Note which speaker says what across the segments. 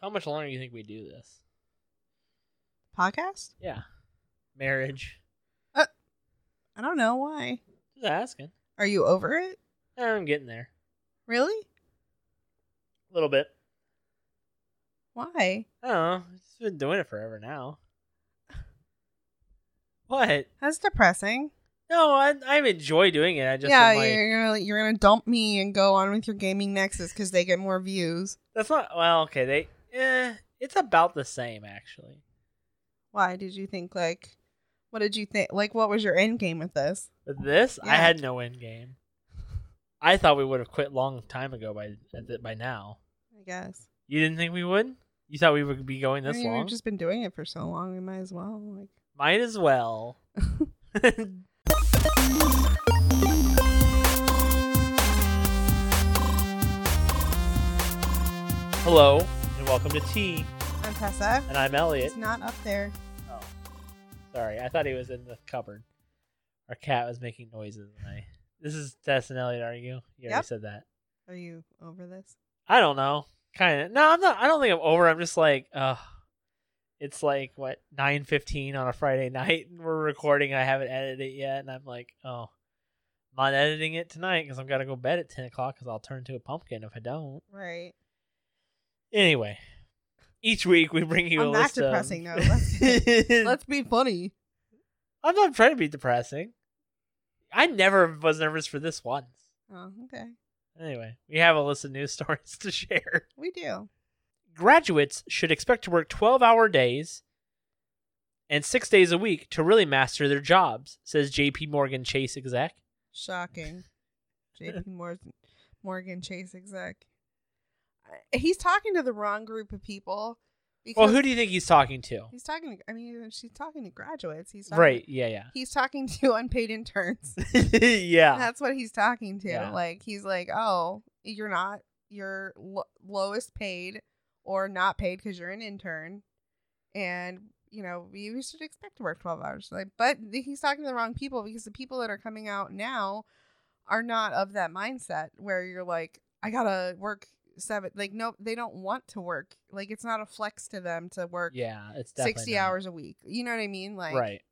Speaker 1: How much longer do you think we do this?
Speaker 2: Podcast?
Speaker 1: Yeah. Marriage.
Speaker 2: I don't know why.
Speaker 1: Just asking. Eh,
Speaker 2: Are you over it?
Speaker 1: I'm getting there.
Speaker 2: Really?
Speaker 1: A little bit.
Speaker 2: Why?
Speaker 1: I don't know. I've just been doing it forever now. What?
Speaker 2: That's depressing.
Speaker 1: No, I I enjoy doing it. I just
Speaker 2: yeah,
Speaker 1: am like,
Speaker 2: you're you're gonna, you're gonna dump me and go on with your gaming nexus because they get more views.
Speaker 1: that's not well. Okay, they eh, it's about the same actually.
Speaker 2: Why did you think like? What did you think? Like, what was your end game with this?
Speaker 1: But this, I
Speaker 2: Yeah.
Speaker 1: had no end game. I thought we would have quit long time ago by at the- by now.
Speaker 2: I guess.
Speaker 1: You didn't think we would? You thought we would be going
Speaker 2: I
Speaker 1: this
Speaker 2: mean,
Speaker 1: long?
Speaker 2: We've just been doing it for so long. We might as well. Like,
Speaker 1: Might as well. All Hello and welcome to Tea,
Speaker 2: I'm Tessa.
Speaker 1: and I'm Elliot.
Speaker 2: It's not up there.
Speaker 1: Oh, sorry. I thought he was in the cupboard. Our cat was making noises. And I... This is Tess and Elliot, are you? You
Speaker 2: Yep.
Speaker 1: already said that.
Speaker 2: Are you over this?
Speaker 1: I don't know. Kind of. No, I'm not. I don't think I'm over. I'm just like, uh It's like what nine fifteen on a Friday night, and we're recording. I haven't edited it yet, and I'm like, oh, I'm not editing it tonight because I've got to go bed at ten o'clock because I'll turn to a pumpkin if I don't.
Speaker 2: Right.
Speaker 1: Anyway, each week we bring you
Speaker 2: On
Speaker 1: a
Speaker 2: that
Speaker 1: list of-
Speaker 2: depressing note, let's- Let's be funny.
Speaker 1: I'm not trying to be depressing. I never was nervous for this once.
Speaker 2: Oh, okay.
Speaker 1: Anyway, we have a list of news stories to share.
Speaker 2: We do.
Speaker 1: Graduates should expect to work 12 hour days and six days a week to really master their jobs, says JP Morgan Chase exec.
Speaker 2: Shocking. JP Morgan, Morgan Chase exec. I- He's talking to the wrong group of people. Because
Speaker 1: Well, who do you think he's talking to?
Speaker 2: he's talking to? I mean, she's talking to graduates. He's talking,
Speaker 1: Right. Yeah,
Speaker 2: He's talking to unpaid interns.
Speaker 1: yeah. yeah.
Speaker 2: That's what he's talking to.
Speaker 1: Yeah.
Speaker 2: Like he's like, oh, you're not you're lo- lowest paid or not paid because you're an intern, and you know you should expect to work twelve hours. Like, but he's talking to the wrong people because the people that are coming out now are not of that mindset where you're like, I gotta work seven. Like, no, they don't want to work. Like, it's not a flex to them to work
Speaker 1: Yeah, it's definitely
Speaker 2: sixty
Speaker 1: not.
Speaker 2: hours a week. You know what I mean? Like,
Speaker 1: Right.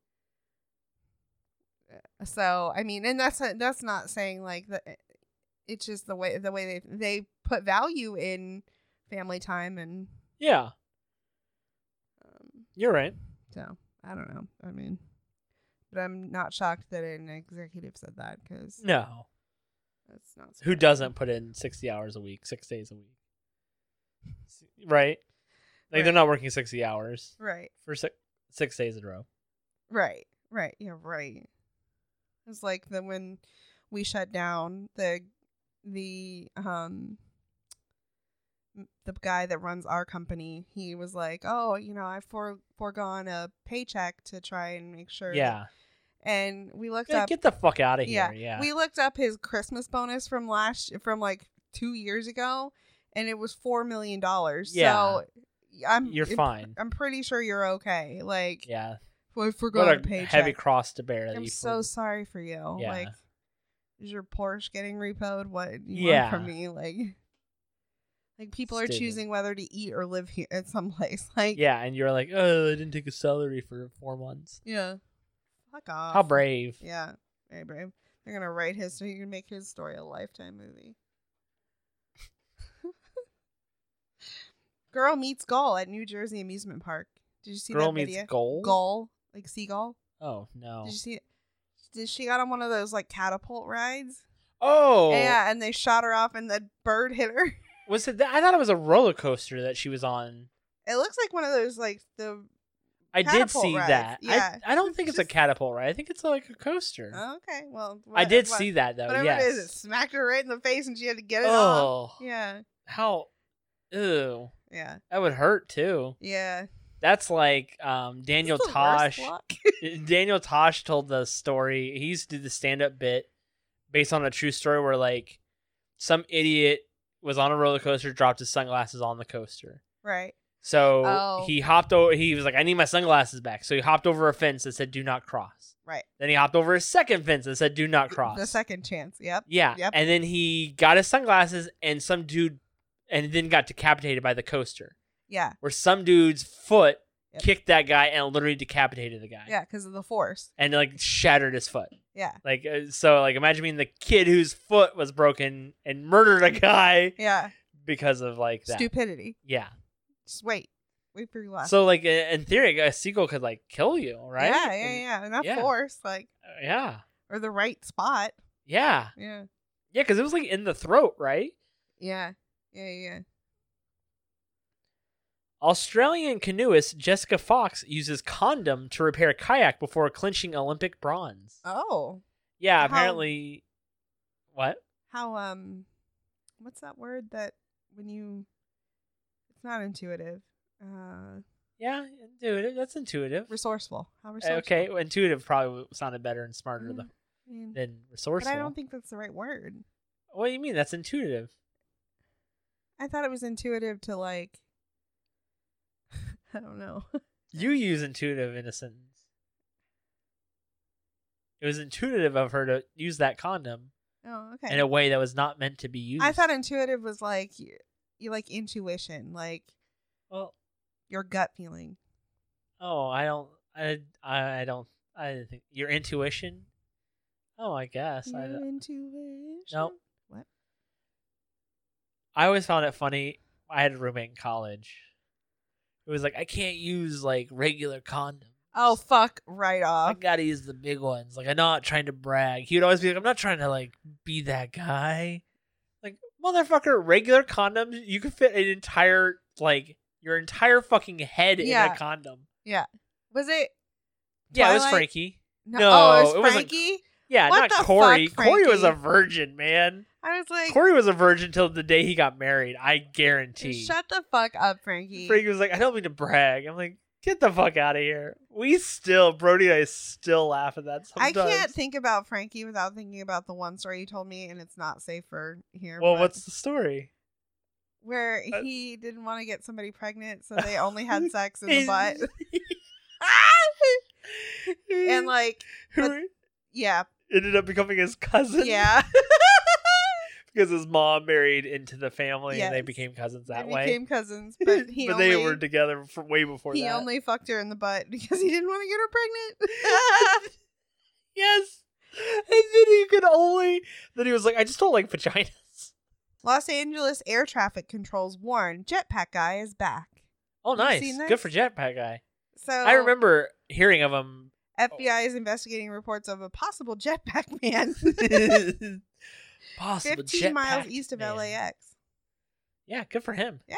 Speaker 2: so I mean, and that's that's not saying like that. It's just the way the way they they put value in family time and
Speaker 1: Yeah,
Speaker 2: um,
Speaker 1: you're right.
Speaker 2: so I don't know. I mean, but I'm not shocked that an executive said that because
Speaker 1: No.
Speaker 2: that's not
Speaker 1: Mm. Who
Speaker 2: surprising.
Speaker 1: doesn't put in 60 hours a week, six days a week? Right? Like they're
Speaker 2: Right.
Speaker 1: not working 60 hours
Speaker 2: Right,
Speaker 1: for six, six days in a row.
Speaker 2: right, right. Yeah, right. It's like the when we shut down the the um the guy that runs our company, he was like, "Oh, you know, I for foregone a paycheck to try and make sure." that-"
Speaker 1: Yeah.
Speaker 2: and we looked
Speaker 1: Yeah,
Speaker 2: up.
Speaker 1: Get the fuck out of
Speaker 2: yeah,
Speaker 1: here. Yeah.
Speaker 2: we looked up his Christmas bonus from last from like two years ago, and it was four million dollars.
Speaker 1: Yeah.
Speaker 2: So I'm
Speaker 1: You're
Speaker 2: I'm-
Speaker 1: fine.
Speaker 2: I'm pretty sure you're okay. Like,
Speaker 1: yeah.
Speaker 2: I forgot
Speaker 1: What
Speaker 2: a
Speaker 1: a
Speaker 2: paycheck.
Speaker 1: heavy cross to bear. that
Speaker 2: I'm
Speaker 1: you
Speaker 2: so
Speaker 1: pulled.
Speaker 2: sorry for you.
Speaker 1: Yeah.
Speaker 2: Like, is your Porsche getting repoed? What do you
Speaker 1: Yeah.
Speaker 2: want from me? Like, like people are
Speaker 1: Stupid.
Speaker 2: choosing whether to eat or live here at some place. Like,
Speaker 1: Yeah, and you're like, oh, I didn't take a salary for four months.
Speaker 2: yeah. Fuck off.
Speaker 1: How brave.
Speaker 2: Yeah, very brave. They're gonna write his. They're gonna make his story a lifetime movie. Girl meets gull at New Jersey amusement park. Did you see
Speaker 1: Girl
Speaker 2: that
Speaker 1: meets
Speaker 2: video?
Speaker 1: goal.
Speaker 2: Gull, like seagull.
Speaker 1: Oh no.
Speaker 2: Did you see it? Did she got on one of those like catapult rides?
Speaker 1: Oh,
Speaker 2: Yeah, and they shot her off, and the bird hit her.
Speaker 1: was it? That? I thought it was a roller coaster that she was on.
Speaker 2: It looks like one of those like the
Speaker 1: I
Speaker 2: Catapult
Speaker 1: did see
Speaker 2: rides,
Speaker 1: that.
Speaker 2: yeah.
Speaker 1: I, I don't think it's a
Speaker 2: Just-
Speaker 1: catapult ride. I think it's like a coaster.
Speaker 2: oh, okay. Well,
Speaker 1: I
Speaker 2: what-
Speaker 1: did
Speaker 2: what-
Speaker 1: see that though.
Speaker 2: Whatever
Speaker 1: yes.
Speaker 2: it is, it smacked her right in the face, and she had to get it off.
Speaker 1: oh,
Speaker 2: Yeah,
Speaker 1: how? Ew.
Speaker 2: yeah,
Speaker 1: That would hurt too.
Speaker 2: yeah.
Speaker 1: That's like um, Daniel
Speaker 2: This is the worst
Speaker 1: Tosh.
Speaker 2: luck.
Speaker 1: Daniel Tosh told the story. He used to do the stand up bit based on a true story where like some idiot was on a roller coaster, dropped his sunglasses on the coaster.
Speaker 2: right.
Speaker 1: So
Speaker 2: Oh.
Speaker 1: he hopped over he was like, I need my sunglasses back. So he hopped over a fence that said do not cross.
Speaker 2: Right.
Speaker 1: Then he hopped over a second fence that said do not cross.
Speaker 2: The second chance. Yep.
Speaker 1: Yeah.
Speaker 2: Yep.
Speaker 1: And then he got his sunglasses and some dude and then got decapitated by the coaster.
Speaker 2: Yeah.
Speaker 1: where some dude's foot
Speaker 2: Yep.
Speaker 1: kicked that guy and literally decapitated the guy.
Speaker 2: Yeah, because of the force.
Speaker 1: And like shattered his foot.
Speaker 2: Yeah.
Speaker 1: Like uh, so like imagine being the kid whose foot was broken and murdered a guy
Speaker 2: Yeah.
Speaker 1: because of like that.
Speaker 2: Stupidity.
Speaker 1: Yeah.
Speaker 2: Just wait. Wait for your last.
Speaker 1: So like i- in theory a sequel could like kill you, right?
Speaker 2: Yeah, yeah, yeah. Not
Speaker 1: yeah.
Speaker 2: force, like
Speaker 1: And- yeah.
Speaker 2: or the right spot.
Speaker 1: Yeah.
Speaker 2: Yeah.
Speaker 1: Yeah, cuz it was like in the throat, right?
Speaker 2: Yeah. Yeah, yeah.
Speaker 1: Australian canoeist Jessica Fox uses condom to repair kayak before clinching Olympic bronze.
Speaker 2: Oh.
Speaker 1: yeah,
Speaker 2: how-
Speaker 1: apparently What?
Speaker 2: How um what's that word that when you it's not intuitive. Uh
Speaker 1: Yeah, intuitive. That's intuitive. Uh,
Speaker 2: resourceful. How resourceful.
Speaker 1: Eh, Okay, well, intuitive probably sounded better and smarter
Speaker 2: Mm,
Speaker 1: than
Speaker 2: I mean,
Speaker 1: than
Speaker 2: but
Speaker 1: resourceful.
Speaker 2: I don't think that's the right word.
Speaker 1: What do you mean? That's intuitive.
Speaker 2: I thought it was intuitive to like I don't know.
Speaker 1: You use intuitive in a sentence. It was intuitive of her to use that condom
Speaker 2: Oh, okay.
Speaker 1: in a way that was not meant to be used.
Speaker 2: I thought intuitive was like you, you like intuition, like
Speaker 1: Well,
Speaker 2: your gut feeling.
Speaker 1: oh, I don't. I I I don't. I didn't think your intuition. Oh, I guess. I,
Speaker 2: Your intuition.
Speaker 1: Nope.
Speaker 2: What?
Speaker 1: I always found it funny. I had a roommate in college. It was like I can't use like regular condoms.
Speaker 2: Oh fuck! Right
Speaker 1: I
Speaker 2: off.
Speaker 1: gotta use the big ones. Like I'm not trying to brag. He would always be like, I'm not trying to like be that guy. Like motherfucker, regular condoms. You could fit an entire like your entire fucking head in
Speaker 2: Yeah.
Speaker 1: a condom.
Speaker 2: Was it?
Speaker 1: Yeah, it was
Speaker 2: Twilight?
Speaker 1: Frankie.
Speaker 2: No,
Speaker 1: No,
Speaker 2: oh, it
Speaker 1: it
Speaker 2: was
Speaker 1: wasn't-
Speaker 2: Frankie.
Speaker 1: Yeah,
Speaker 2: What
Speaker 1: not
Speaker 2: the
Speaker 1: Corey.
Speaker 2: fuck,
Speaker 1: Corey was a
Speaker 2: Frankie?
Speaker 1: virgin, man.
Speaker 2: I was like,
Speaker 1: Corey was a virgin till the day he got married. I guarantee.
Speaker 2: shut the fuck up, Frankie.
Speaker 1: Frankie was like, I don't mean to brag. I'm like, get the fuck out of here. We still, Brody and I still laugh at that
Speaker 2: I
Speaker 1: sometimes.
Speaker 2: can't think about Frankie without thinking about the one story you told me, and it's not safe for here.
Speaker 1: Well,
Speaker 2: but-
Speaker 1: what's the story?
Speaker 2: where
Speaker 1: uh,
Speaker 2: he didn't want to get somebody pregnant, so they only had sex in the
Speaker 1: He's-
Speaker 2: butt, and like,
Speaker 1: Who
Speaker 2: yeah,
Speaker 1: ended up becoming his cousin.
Speaker 2: yeah.
Speaker 1: Because his mom married into the family and they
Speaker 2: Yes.
Speaker 1: became cousins that
Speaker 2: they
Speaker 1: way.
Speaker 2: became cousins, but he only,
Speaker 1: they were together for way before
Speaker 2: he
Speaker 1: that.
Speaker 2: only fucked her in the butt because he didn't want to get her pregnant.
Speaker 1: yes. And then he could only. Then he was like, I just don't like vaginas.
Speaker 2: Los Angeles air traffic controls warn jetpack guy is back.
Speaker 1: Oh,
Speaker 2: Have
Speaker 1: nice.
Speaker 2: you seen
Speaker 1: Good
Speaker 2: this? Oh.
Speaker 1: for Jetpack Guy.
Speaker 2: So
Speaker 1: I remember hearing of him.
Speaker 2: FBI is investigating reports of a possible jetpack man
Speaker 1: Possible
Speaker 2: 15 miles
Speaker 1: Jetpack
Speaker 2: east of
Speaker 1: Man.
Speaker 2: LAX.
Speaker 1: Yeah, good for him.
Speaker 2: Yeah.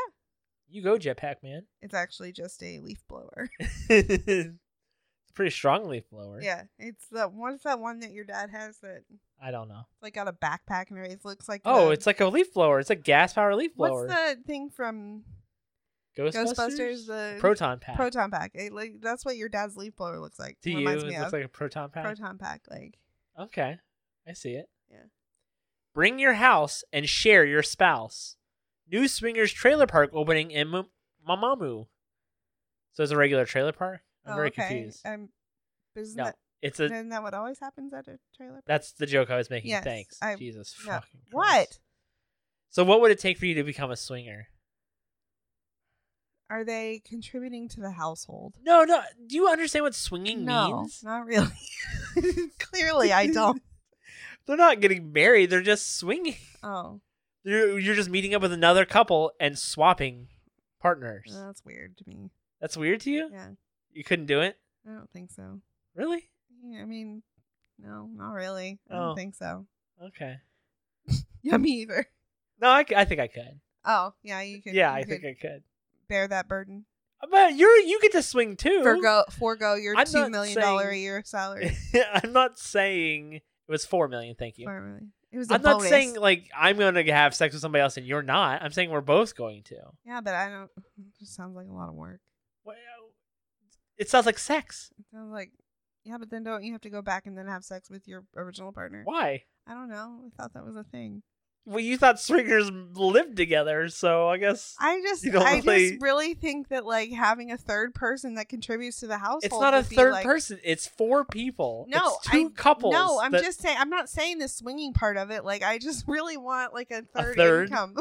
Speaker 1: You go, Jetpack Man.
Speaker 2: It's actually just a leaf blower.
Speaker 1: Pretty strong leaf blower.
Speaker 2: yeah, it's the what's that one that your dad has that
Speaker 1: I don't know.
Speaker 2: like got a backpack and it looks like
Speaker 1: Oh,
Speaker 2: the-
Speaker 1: it's like a leaf blower. It's a gas power leaf blower.
Speaker 2: what's the thing from
Speaker 1: Ghostbusters?
Speaker 2: Ghostbusters? The
Speaker 1: proton pack.
Speaker 2: proton pack. It, like that's what your dad's leaf blower looks like.
Speaker 1: to you, it
Speaker 2: Reminds
Speaker 1: looks
Speaker 2: me of
Speaker 1: like a proton pack.
Speaker 2: proton pack. Like
Speaker 1: okay, I see it.
Speaker 2: Yeah.
Speaker 1: Bring your house and share your spouse. New swingers trailer park opening in M- Mamamoo. So it's a regular trailer park. I'm
Speaker 2: oh,
Speaker 1: very
Speaker 2: okay.
Speaker 1: confused.
Speaker 2: Um, isn't
Speaker 1: No,
Speaker 2: that
Speaker 1: It's a
Speaker 2: Isn't that what always happens at a trailer? park?
Speaker 1: that's the joke I was making.
Speaker 2: Yes,
Speaker 1: Thanks,
Speaker 2: I-
Speaker 1: Jesus
Speaker 2: no.
Speaker 1: fucking
Speaker 2: What
Speaker 1: Christ. So what would it take for you to become a swinger?
Speaker 2: are they contributing to the household?
Speaker 1: No, no. Do you understand what swinging
Speaker 2: No,
Speaker 1: means?
Speaker 2: not really. Clearly, I don't.
Speaker 1: They're not getting married. They're just swinging.
Speaker 2: Oh,
Speaker 1: You're, you're just meeting up with another couple and swapping partners.
Speaker 2: that's weird to me.
Speaker 1: That's weird to you?
Speaker 2: Uh, Yeah,
Speaker 1: You couldn't do it?
Speaker 2: I don't think so.
Speaker 1: Really?
Speaker 2: Yeah, I mean, no, not really. I don't
Speaker 1: Oh.
Speaker 2: think so.
Speaker 1: Okay.
Speaker 2: Yeah, me either.
Speaker 1: No, I, c- I think I could.
Speaker 2: Oh, yeah, you could.
Speaker 1: yeah,
Speaker 2: you
Speaker 1: I
Speaker 2: could
Speaker 1: think I could.
Speaker 2: bear that burden.
Speaker 1: But you're you get to swing too.
Speaker 2: Forgo, forego your
Speaker 1: I'm
Speaker 2: two
Speaker 1: not
Speaker 2: million
Speaker 1: saying-
Speaker 2: dollar a year salary.
Speaker 1: I'm not saying it was four million. Thank you.
Speaker 2: Or really. It was. A
Speaker 1: I'm not
Speaker 2: bonus.
Speaker 1: saying like I'm gonna have sex with somebody else and you're not. I'm saying we're both going to.
Speaker 2: Yeah, but I don't. It just sounds like a lot of work.
Speaker 1: Well, it sounds like sex.
Speaker 2: It sounds like. Yeah, but then don't you have to go back and then have sex with your original partner?
Speaker 1: Why?
Speaker 2: I don't know. I thought that was a thing.
Speaker 1: Well, you thought swingers lived together, so I guess
Speaker 2: I just,
Speaker 1: You don't
Speaker 2: I
Speaker 1: really-
Speaker 2: just really think that like having a third person that contributes to the household.
Speaker 1: it's not a
Speaker 2: would be,
Speaker 1: third
Speaker 2: like-
Speaker 1: person. It's four people.
Speaker 2: No,
Speaker 1: it's two
Speaker 2: I-
Speaker 1: couples.
Speaker 2: No, I'm
Speaker 1: that-
Speaker 2: just saying. I'm not saying the swinging part of it. Like, I just really want like a third,
Speaker 1: third?
Speaker 2: income.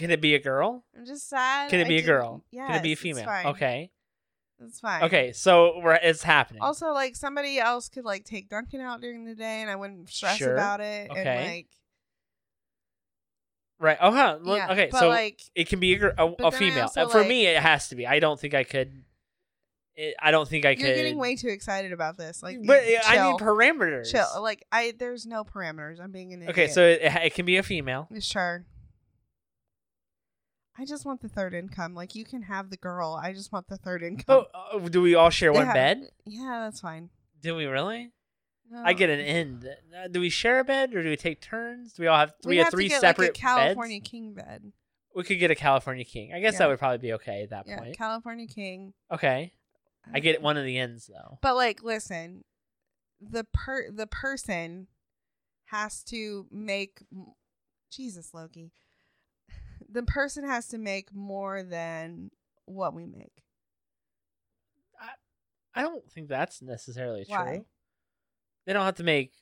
Speaker 1: Can it be a girl?
Speaker 2: I'm just sad.
Speaker 1: Can it be a
Speaker 2: a
Speaker 1: girl? Can it be a
Speaker 2: Yes, it's
Speaker 1: female?
Speaker 2: fine.
Speaker 1: Okay.
Speaker 2: That's fine.
Speaker 1: Okay. So we're, it's happening.
Speaker 2: Also, like somebody else could like take Duncan out during the day, and I wouldn't stress
Speaker 1: Sure.
Speaker 2: about it.
Speaker 1: Okay.
Speaker 2: And like,
Speaker 1: right. Oh, huh. Look-
Speaker 2: yeah.
Speaker 1: okay.
Speaker 2: But
Speaker 1: So
Speaker 2: like,
Speaker 1: it can be a, gir- a,
Speaker 2: then I
Speaker 1: a female.
Speaker 2: also,
Speaker 1: For
Speaker 2: like-
Speaker 1: me, it has to be. I don't think I could. It, I don't think I could.
Speaker 2: you're getting way too excited about this. Like,
Speaker 1: but
Speaker 2: you-
Speaker 1: I
Speaker 2: chill.
Speaker 1: need parameters.
Speaker 2: chill. Like, I there's no parameters. I'm being an idiot.
Speaker 1: Okay, so it, it can be a female.
Speaker 2: Mm-hmm. sure. I just want the third income. Like, you can have the girl. I just want the third income.
Speaker 1: Oh, uh, do we all share
Speaker 2: They
Speaker 1: one
Speaker 2: have-
Speaker 1: bed?
Speaker 2: Yeah, that's fine.
Speaker 1: Do we really?
Speaker 2: No.
Speaker 1: I get an end. Uh, Do we share a bed or do we take turns? Do we all have
Speaker 2: We
Speaker 1: three
Speaker 2: have
Speaker 1: have three
Speaker 2: to get
Speaker 1: separate
Speaker 2: like a California
Speaker 1: beds?
Speaker 2: king bed.
Speaker 1: We could get a California king. I guess
Speaker 2: Yeah.
Speaker 1: that would probably be okay at that
Speaker 2: Yeah, Mm.
Speaker 1: point.
Speaker 2: California king.
Speaker 1: okay, I get one of the ends though.
Speaker 2: But like, listen, the per the person has to make m- Jesus Loki. The person has to make more than what we make.
Speaker 1: I don't think that's necessarily true.
Speaker 2: Why?
Speaker 1: They don't have to make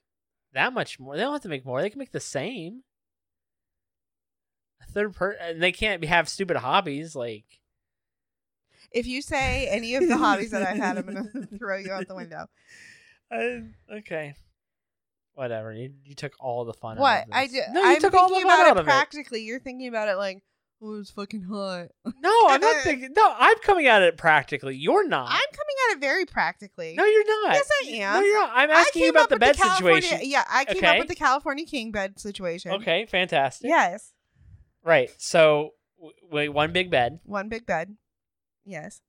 Speaker 1: that much more. They don't have to make more. They can make the same. A third per and they can't be- have stupid hobbies like
Speaker 2: If you say any of the hobbies that I've had, I'm gonna throw you out the window.
Speaker 1: I, okay. Whatever. You, you took all the fun out
Speaker 2: What
Speaker 1: of this.
Speaker 2: I do?
Speaker 1: No, you
Speaker 2: I'm
Speaker 1: took all the
Speaker 2: thinking
Speaker 1: fun
Speaker 2: about
Speaker 1: out
Speaker 2: it
Speaker 1: of it.
Speaker 2: practically. You're thinking about it like, oh, it's fucking hot.
Speaker 1: No, I'm not thinking. No, I'm coming at it practically. You're not.
Speaker 2: I'm coming at it very practically.
Speaker 1: no, you're not.
Speaker 2: Yes, I am.
Speaker 1: No, you're not. I'm
Speaker 2: I
Speaker 1: asking you
Speaker 2: came
Speaker 1: about
Speaker 2: up
Speaker 1: the
Speaker 2: with
Speaker 1: bed
Speaker 2: California-
Speaker 1: situation.
Speaker 2: Yeah, I came
Speaker 1: Okay.
Speaker 2: up with the California king bed situation.
Speaker 1: Okay, fantastic.
Speaker 2: Yes.
Speaker 1: Right. So, w- wait, one big bed.
Speaker 2: One big bed. Yes.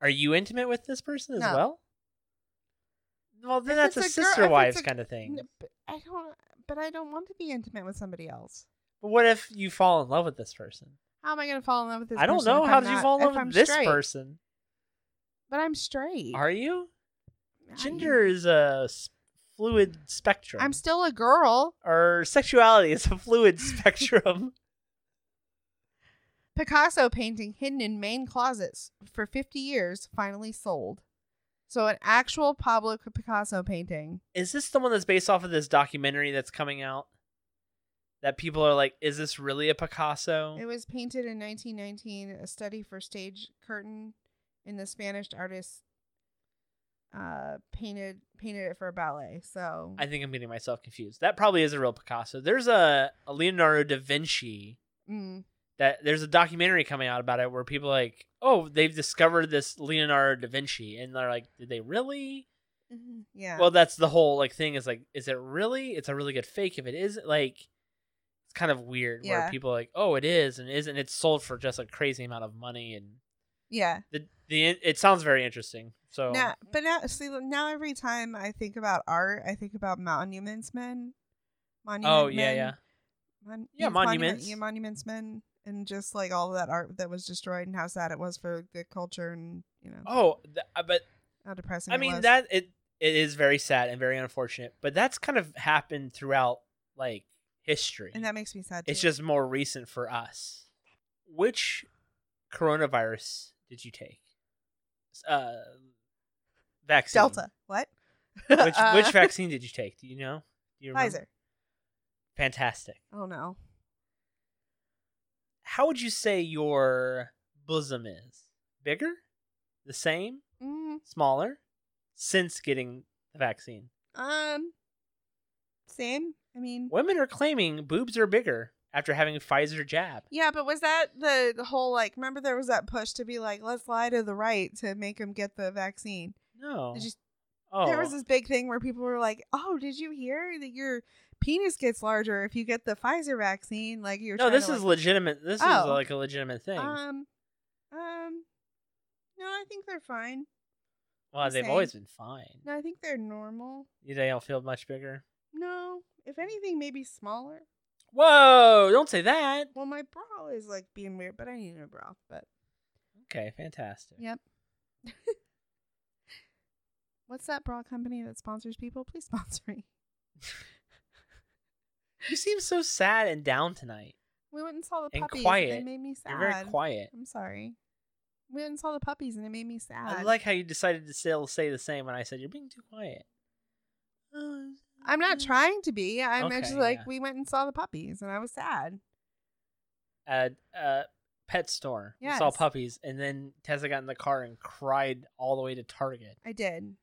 Speaker 1: Are you intimate with this person as
Speaker 2: No.
Speaker 1: well? Well, then
Speaker 2: If
Speaker 1: that's a
Speaker 2: it's a girl-
Speaker 1: sister
Speaker 2: if it's
Speaker 1: wives
Speaker 2: a-
Speaker 1: kind of thing.
Speaker 2: N- but I don't. But I don't want to be intimate with somebody else.
Speaker 1: But what if you fall in love with this person?
Speaker 2: How am I going to fall in love with this?
Speaker 1: I don't
Speaker 2: person
Speaker 1: know.
Speaker 2: if
Speaker 1: How
Speaker 2: I'm
Speaker 1: did you
Speaker 2: not-
Speaker 1: fall in
Speaker 2: if
Speaker 1: love with
Speaker 2: I'm
Speaker 1: this
Speaker 2: straight?
Speaker 1: person?
Speaker 2: But I'm straight.
Speaker 1: Are you?
Speaker 2: I-
Speaker 1: Gender is a s- fluid spectrum.
Speaker 2: I'm still a girl.
Speaker 1: Our sexuality is a fluid spectrum.
Speaker 2: Picasso painting hidden in main closets for 50 years finally sold. So an actual Pablo Picasso painting.
Speaker 1: is this the one that's based off of this documentary that's coming out? That people are like, is this really a Picasso?
Speaker 2: It was painted in 1919, a study for stage curtain, and the Spanish artist uh, painted painted it for a ballet. So
Speaker 1: I think I'm getting myself confused. That probably is a real Picasso. There's a, a Leonardo da Vinci
Speaker 2: mm,
Speaker 1: that there's a documentary coming out about it where people are like, oh, they've discovered this Leonardo da Vinci, and they're like, did they really?
Speaker 2: yeah.
Speaker 1: Well, that's the whole like thing is like, is it really? It's a really good fake. If it is, like, it's kind of weird where
Speaker 2: Yeah.
Speaker 1: people are like, oh, it is, and it isn't. It's sold for just a crazy amount of money, and
Speaker 2: yeah.
Speaker 1: the the it sounds very interesting. So
Speaker 2: Now, but now, see, now every time I think about art, I think about monuments men. Monument
Speaker 1: oh yeah,
Speaker 2: men.
Speaker 1: yeah.
Speaker 2: Mon-
Speaker 1: Yeah,
Speaker 2: yes, monument-
Speaker 1: monuments.
Speaker 2: yeah, monuments men, and just like all that art that was destroyed and how sad it was for the culture and you know
Speaker 1: Oh, th- uh, but
Speaker 2: how depressing.
Speaker 1: I
Speaker 2: it
Speaker 1: mean
Speaker 2: was.
Speaker 1: that it it is very sad and very unfortunate. But that's kind of happened throughout like history.
Speaker 2: and that makes me sad.
Speaker 1: It's
Speaker 2: too.
Speaker 1: just more recent for us. Which coronavirus did you take? Uh, vaccine.
Speaker 2: Delta. What?
Speaker 1: Which
Speaker 2: Uh,
Speaker 1: which vaccine did you take? Do you know? Do you remember?
Speaker 2: Pfizer.
Speaker 1: Fantastic.
Speaker 2: Oh no.
Speaker 1: How would you say your bosom is? Bigger? The same?
Speaker 2: Mm,
Speaker 1: Smaller? Since getting the vaccine,
Speaker 2: um. Same. I mean.
Speaker 1: women are claiming boobs are bigger after having a Pfizer jab.
Speaker 2: Yeah, but was that the, the whole like? Remember, there was that push to be like, let's lie to the right to make them get the vaccine.
Speaker 1: No.
Speaker 2: Did you
Speaker 1: oh.
Speaker 2: there was this big thing where people were like, "Oh, did you hear that your penis gets larger if you get the Pfizer vaccine?" Like you're
Speaker 1: no,
Speaker 2: trying to,
Speaker 1: this is
Speaker 2: like-
Speaker 1: legitimate. This is
Speaker 2: Oh.
Speaker 1: like a legitimate thing.
Speaker 2: um, um, no, I think they're fine.
Speaker 1: well,
Speaker 2: the
Speaker 1: they've
Speaker 2: same.
Speaker 1: always been fine.
Speaker 2: No, I think they're normal.
Speaker 1: You They don't feel much bigger.
Speaker 2: No, if anything, maybe smaller.
Speaker 1: Whoa! Don't say that.
Speaker 2: Well, my bra is like being weird, but I need a bra. But
Speaker 1: Okay, fantastic.
Speaker 2: yep. What's that bra company that sponsors people? Please sponsor me.
Speaker 1: You seem so sad and down tonight.
Speaker 2: We went and saw the
Speaker 1: And
Speaker 2: puppies. And
Speaker 1: quiet.
Speaker 2: it made me sad.
Speaker 1: You're very quiet.
Speaker 2: I'm sorry. We went and saw the puppies, and it made me sad.
Speaker 1: I like how you decided to still say the same when I said you're being too quiet.
Speaker 2: I'm not trying to be. I'm
Speaker 1: Okay,
Speaker 2: just like
Speaker 1: Mm. yeah.
Speaker 2: we went and saw the puppies, and I was sad.
Speaker 1: a, a pet store. We saw
Speaker 2: Yes.
Speaker 1: puppies, and then Tessa got in the car and cried all the way to Target.
Speaker 2: I did.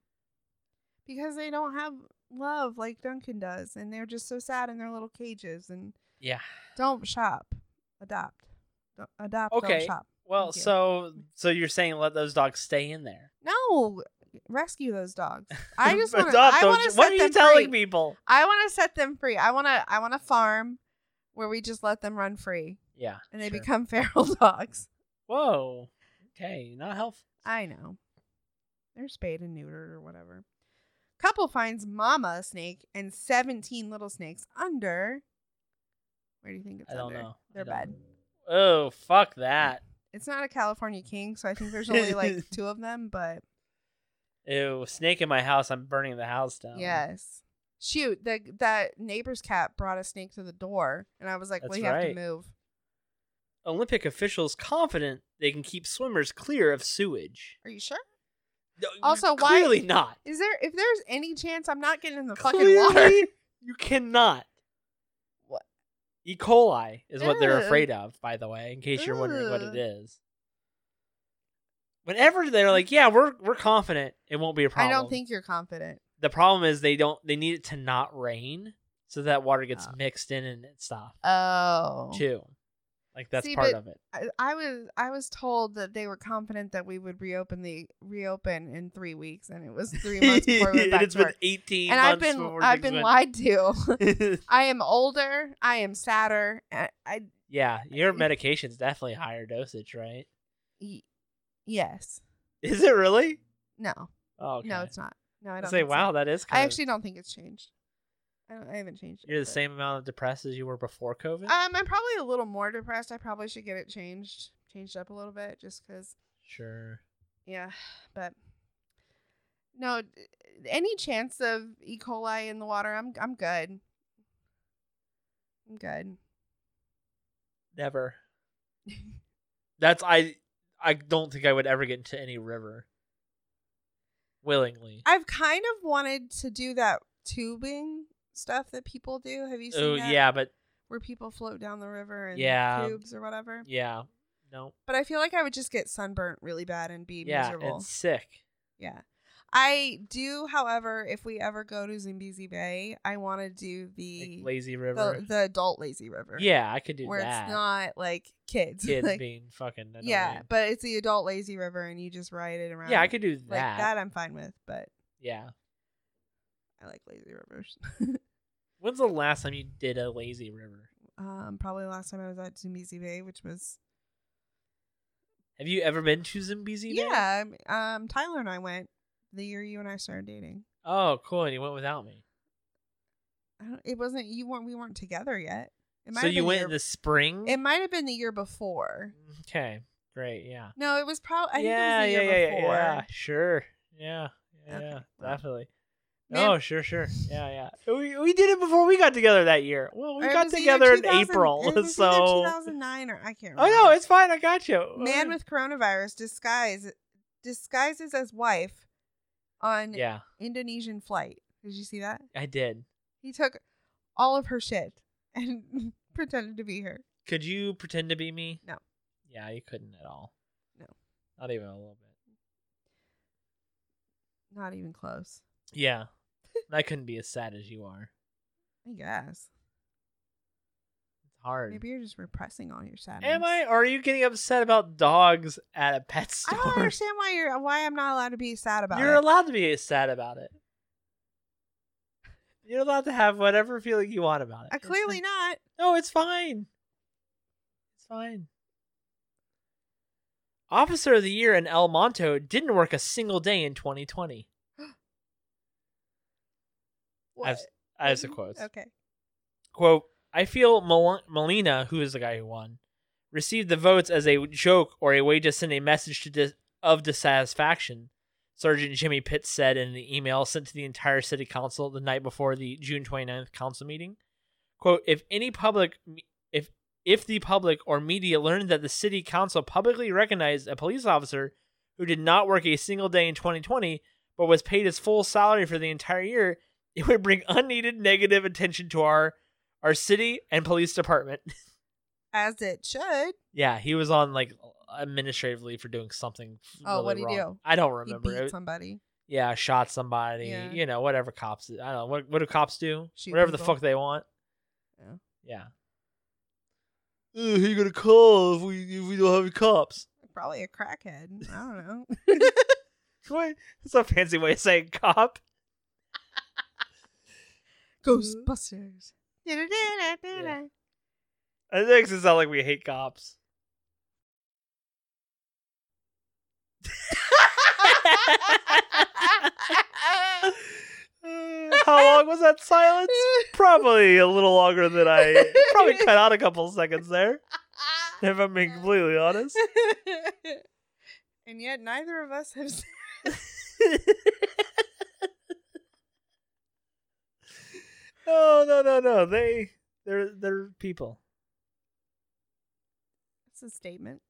Speaker 2: Because they don't have love like Duncan does, and they're just so sad in their little cages. And
Speaker 1: Yeah.
Speaker 2: don't shop, adopt, Don't- adopt,
Speaker 1: Okay.
Speaker 2: don't shop.
Speaker 1: Well,
Speaker 2: Thank you.
Speaker 1: so so you're saying let those dogs stay in there?
Speaker 2: No, rescue those dogs. I just want to.
Speaker 1: Adopt
Speaker 2: I
Speaker 1: those-
Speaker 2: want to set
Speaker 1: What are you
Speaker 2: them
Speaker 1: telling
Speaker 2: free.
Speaker 1: people?
Speaker 2: I want to set them free. I want to. I want a farm where we just let them run free
Speaker 1: Yeah.
Speaker 2: and they
Speaker 1: sure.
Speaker 2: become feral dogs.
Speaker 1: Whoa. Okay. Not helpful.
Speaker 2: I know. They're spayed and neutered or whatever. Couple finds mama snake and 17 little snakes under. Where do you think it's
Speaker 1: I don't
Speaker 2: under?
Speaker 1: know.
Speaker 2: Their
Speaker 1: I don't
Speaker 2: bed.
Speaker 1: know. Oh, fuck that.
Speaker 2: It's not a California king, so I think there's only like two of them, but
Speaker 1: Ew, snake in my house. I'm burning the house down.
Speaker 2: yes. Shoot, the that neighbor's cat brought a snake to the door, and I was like,
Speaker 1: That's
Speaker 2: "We have to
Speaker 1: right.
Speaker 2: move."
Speaker 1: Olympic officials confident they can keep swimmers clear of sewage.
Speaker 2: Are you sure?
Speaker 1: No,
Speaker 2: Also, why-
Speaker 1: clearly not.
Speaker 2: Is there if there's any chance I'm not getting in the
Speaker 1: Clearly,
Speaker 2: fucking water?
Speaker 1: You cannot.
Speaker 2: What?
Speaker 1: E. coli is what they're
Speaker 2: Ew.
Speaker 1: afraid of, by the way, in case you're wondering what it
Speaker 2: Ew.
Speaker 1: is. Whenever they're like, "Yeah, we're we're confident it won't be a
Speaker 2: I
Speaker 1: problem."
Speaker 2: don't think you're confident.
Speaker 1: the problem is they don't they need it to not rain so that water gets
Speaker 2: Oh.
Speaker 1: mixed in and it stops
Speaker 2: Oh,
Speaker 1: too. Like that's
Speaker 2: See,
Speaker 1: part
Speaker 2: but-
Speaker 1: of it.
Speaker 2: I, I was I was told that they were confident that we would reopen the reopen in three weeks, and it was three months before we went
Speaker 1: and
Speaker 2: back
Speaker 1: it's
Speaker 2: to
Speaker 1: been
Speaker 2: work.
Speaker 1: eighteen.
Speaker 2: And I've
Speaker 1: months
Speaker 2: been
Speaker 1: before
Speaker 2: I've
Speaker 1: things
Speaker 2: been
Speaker 1: went-
Speaker 2: lied to. I am older. I am sadder. I, I
Speaker 1: yeah, your medication's definitely higher dosage, right?
Speaker 2: y- yes.
Speaker 1: Is it really?
Speaker 2: No.
Speaker 1: Oh, okay.
Speaker 2: No, it's not. No, I
Speaker 1: I
Speaker 2: don't
Speaker 1: say,
Speaker 2: think so.
Speaker 1: wow, that is. Kind
Speaker 2: I
Speaker 1: of-
Speaker 2: actually don't think it's changed. I, don't, I haven't changed. it,
Speaker 1: You're the
Speaker 2: but-
Speaker 1: same amount of depressed as you were before COVID.
Speaker 2: Um, I'm probably a little more depressed. I probably should get it changed, changed up a little bit, just because
Speaker 1: sure.
Speaker 2: Yeah, but no, d- any chance of E. coli in the water? I'm I'm good. I'm good.
Speaker 1: Never. That's I. I don't think I would ever get into any river. Willingly.
Speaker 2: I've kind of wanted to do that tubing stuff that people do. Have you seen
Speaker 1: Oh
Speaker 2: that?
Speaker 1: yeah, but
Speaker 2: Where people float down the river and
Speaker 1: Yeah.
Speaker 2: tubes or whatever.
Speaker 1: yeah, no.
Speaker 2: But I feel like I would just get sunburnt really bad and be
Speaker 1: Yeah,
Speaker 2: miserable.
Speaker 1: it's sick.
Speaker 2: Yeah. I do, however, if we ever go to Zimbezi Bay, I want to do
Speaker 1: Like
Speaker 2: the,
Speaker 1: lazy
Speaker 2: the
Speaker 1: river.
Speaker 2: the adult lazy river.
Speaker 1: yeah, I could do
Speaker 2: where
Speaker 1: that.
Speaker 2: it's not like kids.
Speaker 1: Kids
Speaker 2: like,
Speaker 1: being fucking annoying.
Speaker 2: yeah, but it's the adult lazy river, and you just ride it around.
Speaker 1: yeah, I could do that.
Speaker 2: like that. I'm fine with, but
Speaker 1: Yeah.
Speaker 2: I like lazy rivers.
Speaker 1: When's the last time you did a lazy river?
Speaker 2: um, probably the last time I was at Zumizi Bay, which was
Speaker 1: Have you ever been to Zimbabwe?
Speaker 2: yeah. Um, Tyler and I went the year you and I started dating.
Speaker 1: Oh, cool. And you went without me.
Speaker 2: I don't, it wasn't you weren't we weren't together yet. It might
Speaker 1: So
Speaker 2: have
Speaker 1: you
Speaker 2: been
Speaker 1: went
Speaker 2: the
Speaker 1: in
Speaker 2: year-
Speaker 1: the spring.
Speaker 2: It might have been the year before.
Speaker 1: okay. Great. Yeah.
Speaker 2: No, it was probably. I think
Speaker 1: yeah,
Speaker 2: it was the
Speaker 1: yeah,
Speaker 2: year
Speaker 1: yeah,
Speaker 2: before.
Speaker 1: yeah. Sure. Yeah. Yeah.
Speaker 2: Okay,
Speaker 1: yeah,
Speaker 2: well.
Speaker 1: Definitely.
Speaker 2: Man-
Speaker 1: oh, sure, sure. Yeah, yeah. We, we did it before we got together that year. Well, we
Speaker 2: Or it
Speaker 1: got
Speaker 2: was either
Speaker 1: together in
Speaker 2: 2000
Speaker 1: April.
Speaker 2: It was either
Speaker 1: so
Speaker 2: 2009 or I can't. remember.
Speaker 1: Oh no, it's fine. I got you. Uh,
Speaker 2: man with coronavirus disguise disguises as wife on
Speaker 1: Yeah,
Speaker 2: Indonesian flight. Did you see that?
Speaker 1: I did.
Speaker 2: He took all of her shit and pretended to be her.
Speaker 1: Could you pretend to be me?
Speaker 2: No.
Speaker 1: Yeah, you couldn't at all.
Speaker 2: No.
Speaker 1: Not even a little bit.
Speaker 2: Not even close.
Speaker 1: Yeah. I couldn't be as sad as you are.
Speaker 2: I guess.
Speaker 1: It's hard.
Speaker 2: Maybe you're just repressing all your sadness.
Speaker 1: Am I? Or are you getting upset about dogs at a pet
Speaker 2: I
Speaker 1: store?
Speaker 2: don't understand why you're why I'm not allowed to be sad about
Speaker 1: You're
Speaker 2: it.
Speaker 1: allowed to be sad about it. You're allowed to have whatever feeling you want about it.
Speaker 2: Uh,
Speaker 1: It's
Speaker 2: clearly
Speaker 1: like-
Speaker 2: not.
Speaker 1: No, it's fine. It's fine. Officer of the Year in El Monte didn't work a single day in 2020.
Speaker 2: What?
Speaker 1: I have, I have some quotes.
Speaker 2: Okay.
Speaker 1: Quote, I feel Mel- Melina, who is the guy who won, received the votes as a joke or a way to send a message to dis- of dissatisfaction, Sergeant Jimmy Pitts said in an email sent to the entire city council the night before the June 29th council meeting. Quote, if any public, if if the public or media learned that the city council publicly recognized a police officer who did not work a single day in 2020 but was paid his full salary for the entire year, it would bring unneeded negative attention to our our city and police department.
Speaker 2: as it should.
Speaker 1: Yeah, he was on like administrative leave for doing something.
Speaker 2: Oh,
Speaker 1: really
Speaker 2: what'd he
Speaker 1: wrong.
Speaker 2: do?
Speaker 1: I don't
Speaker 2: He
Speaker 1: remember.
Speaker 2: beat
Speaker 1: It-
Speaker 2: somebody.
Speaker 1: yeah, shot somebody.
Speaker 2: Yeah.
Speaker 1: You know, whatever cops. I don't know. What, what do cops do?
Speaker 2: Shoot
Speaker 1: Whatever the
Speaker 2: people.
Speaker 1: fuck they want.
Speaker 2: Yeah.
Speaker 1: Yeah. who you gonna call if we if we don't have any cops?
Speaker 2: Probably a crackhead. I don't know.
Speaker 1: What? That's a fancy way of saying cop.
Speaker 2: Ghostbusters.
Speaker 1: Yeah. That makes it sound like we hate cops. Uh, How long was that silence? Probably a little longer than I probably cut out a couple seconds there. If I'm being completely honest.
Speaker 2: and yet neither of us have seen
Speaker 1: No, no, no, no. They they're they're people.
Speaker 2: That's a statement.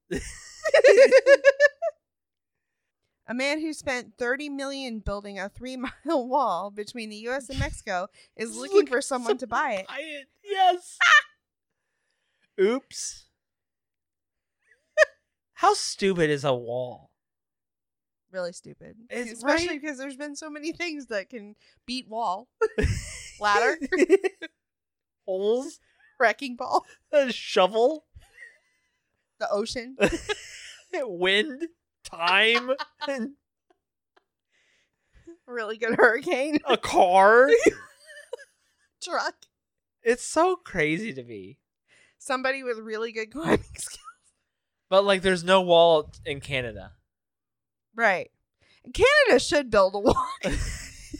Speaker 2: a man who spent 30 million building a three mile wall between the US and Mexico is
Speaker 1: Just
Speaker 2: looking
Speaker 1: look
Speaker 2: for
Speaker 1: at
Speaker 2: someone to buy it.
Speaker 1: Buy it. Yes. Oops. How stupid is a wall?
Speaker 2: Really stupid.
Speaker 1: It's
Speaker 2: Especially
Speaker 1: right.
Speaker 2: because there's been so many things that can beat wall, ladder,
Speaker 1: Holes?
Speaker 2: wrecking ball,
Speaker 1: A shovel?
Speaker 2: the ocean.
Speaker 1: Wind? Time? and
Speaker 2: Really good hurricane,
Speaker 1: a car?
Speaker 2: truck.
Speaker 1: It's so crazy to me.
Speaker 2: Somebody with really good climbing skills.
Speaker 1: But like there's no wall in Canada.
Speaker 2: Right. Canada should build a wall.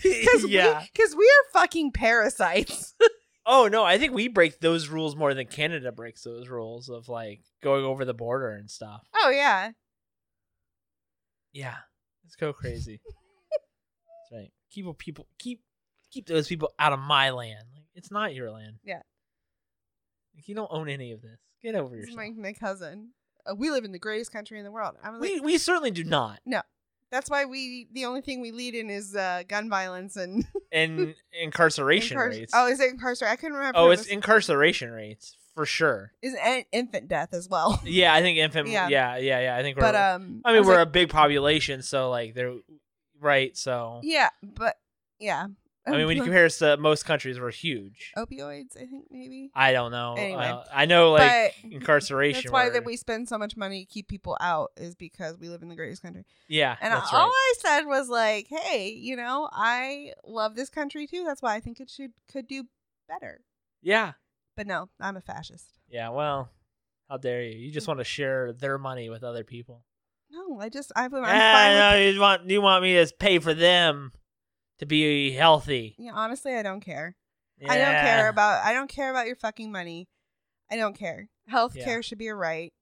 Speaker 2: Because
Speaker 1: yeah.
Speaker 2: we, 'cause we are fucking parasites.
Speaker 1: Oh no, I think we break those rules more than Canada breaks those rules of like going over the border and stuff.
Speaker 2: Oh yeah.
Speaker 1: Yeah. Let's go crazy. That's right. Keep people keep keep those people out of my land. Like it's not your land.
Speaker 2: Yeah.
Speaker 1: Like, you don't own any of this. Get over
Speaker 2: This is
Speaker 1: yourself.
Speaker 2: my, my cousin. Uh, we live in the greatest country in the world. I was like,
Speaker 1: We we certainly do not.
Speaker 2: that's why we the only thing we lead in is uh, gun violence and
Speaker 1: And incarceration
Speaker 2: incar-
Speaker 1: rates.
Speaker 2: Oh, is it incarceration? I couldn't remember.
Speaker 1: Oh,
Speaker 2: if
Speaker 1: it's
Speaker 2: it
Speaker 1: incarceration rates for sure.
Speaker 2: was- is an infant death as well.
Speaker 1: Yeah, I think infant.
Speaker 2: Yeah.
Speaker 1: Yeah, yeah, yeah. I think we're.
Speaker 2: But um,
Speaker 1: I mean,
Speaker 2: was
Speaker 1: we're
Speaker 2: like,
Speaker 1: a big population, so like they're right. So
Speaker 2: yeah, but yeah.
Speaker 1: I mean, when you compare us to most countries, we're huge.
Speaker 2: opioids, I think maybe.
Speaker 1: I don't know.
Speaker 2: Oh.
Speaker 1: Uh,
Speaker 2: Anyway.
Speaker 1: I, don't- I know like
Speaker 2: but
Speaker 1: incarceration.
Speaker 2: that's why
Speaker 1: where-
Speaker 2: that we spend so much money to keep people out is because we live in the greatest country.
Speaker 1: Yeah,
Speaker 2: And
Speaker 1: that's
Speaker 2: all
Speaker 1: right.
Speaker 2: I said was like, "Hey, you know, I love this country too. That's why I think it should could do better."
Speaker 1: Yeah,
Speaker 2: But no, I'm a fascist.
Speaker 1: yeah. Well, how dare you? You just want to share their money with other people.
Speaker 2: No, I just I'm, I'm fine.
Speaker 1: Ah,
Speaker 2: with-
Speaker 1: no, you want you want me to pay for them to be healthy.
Speaker 2: yeah, honestly, I don't care. I don't
Speaker 1: Yeah.
Speaker 2: care about I don't care about your fucking money. I don't care. Health
Speaker 1: Yeah.
Speaker 2: care should be a right.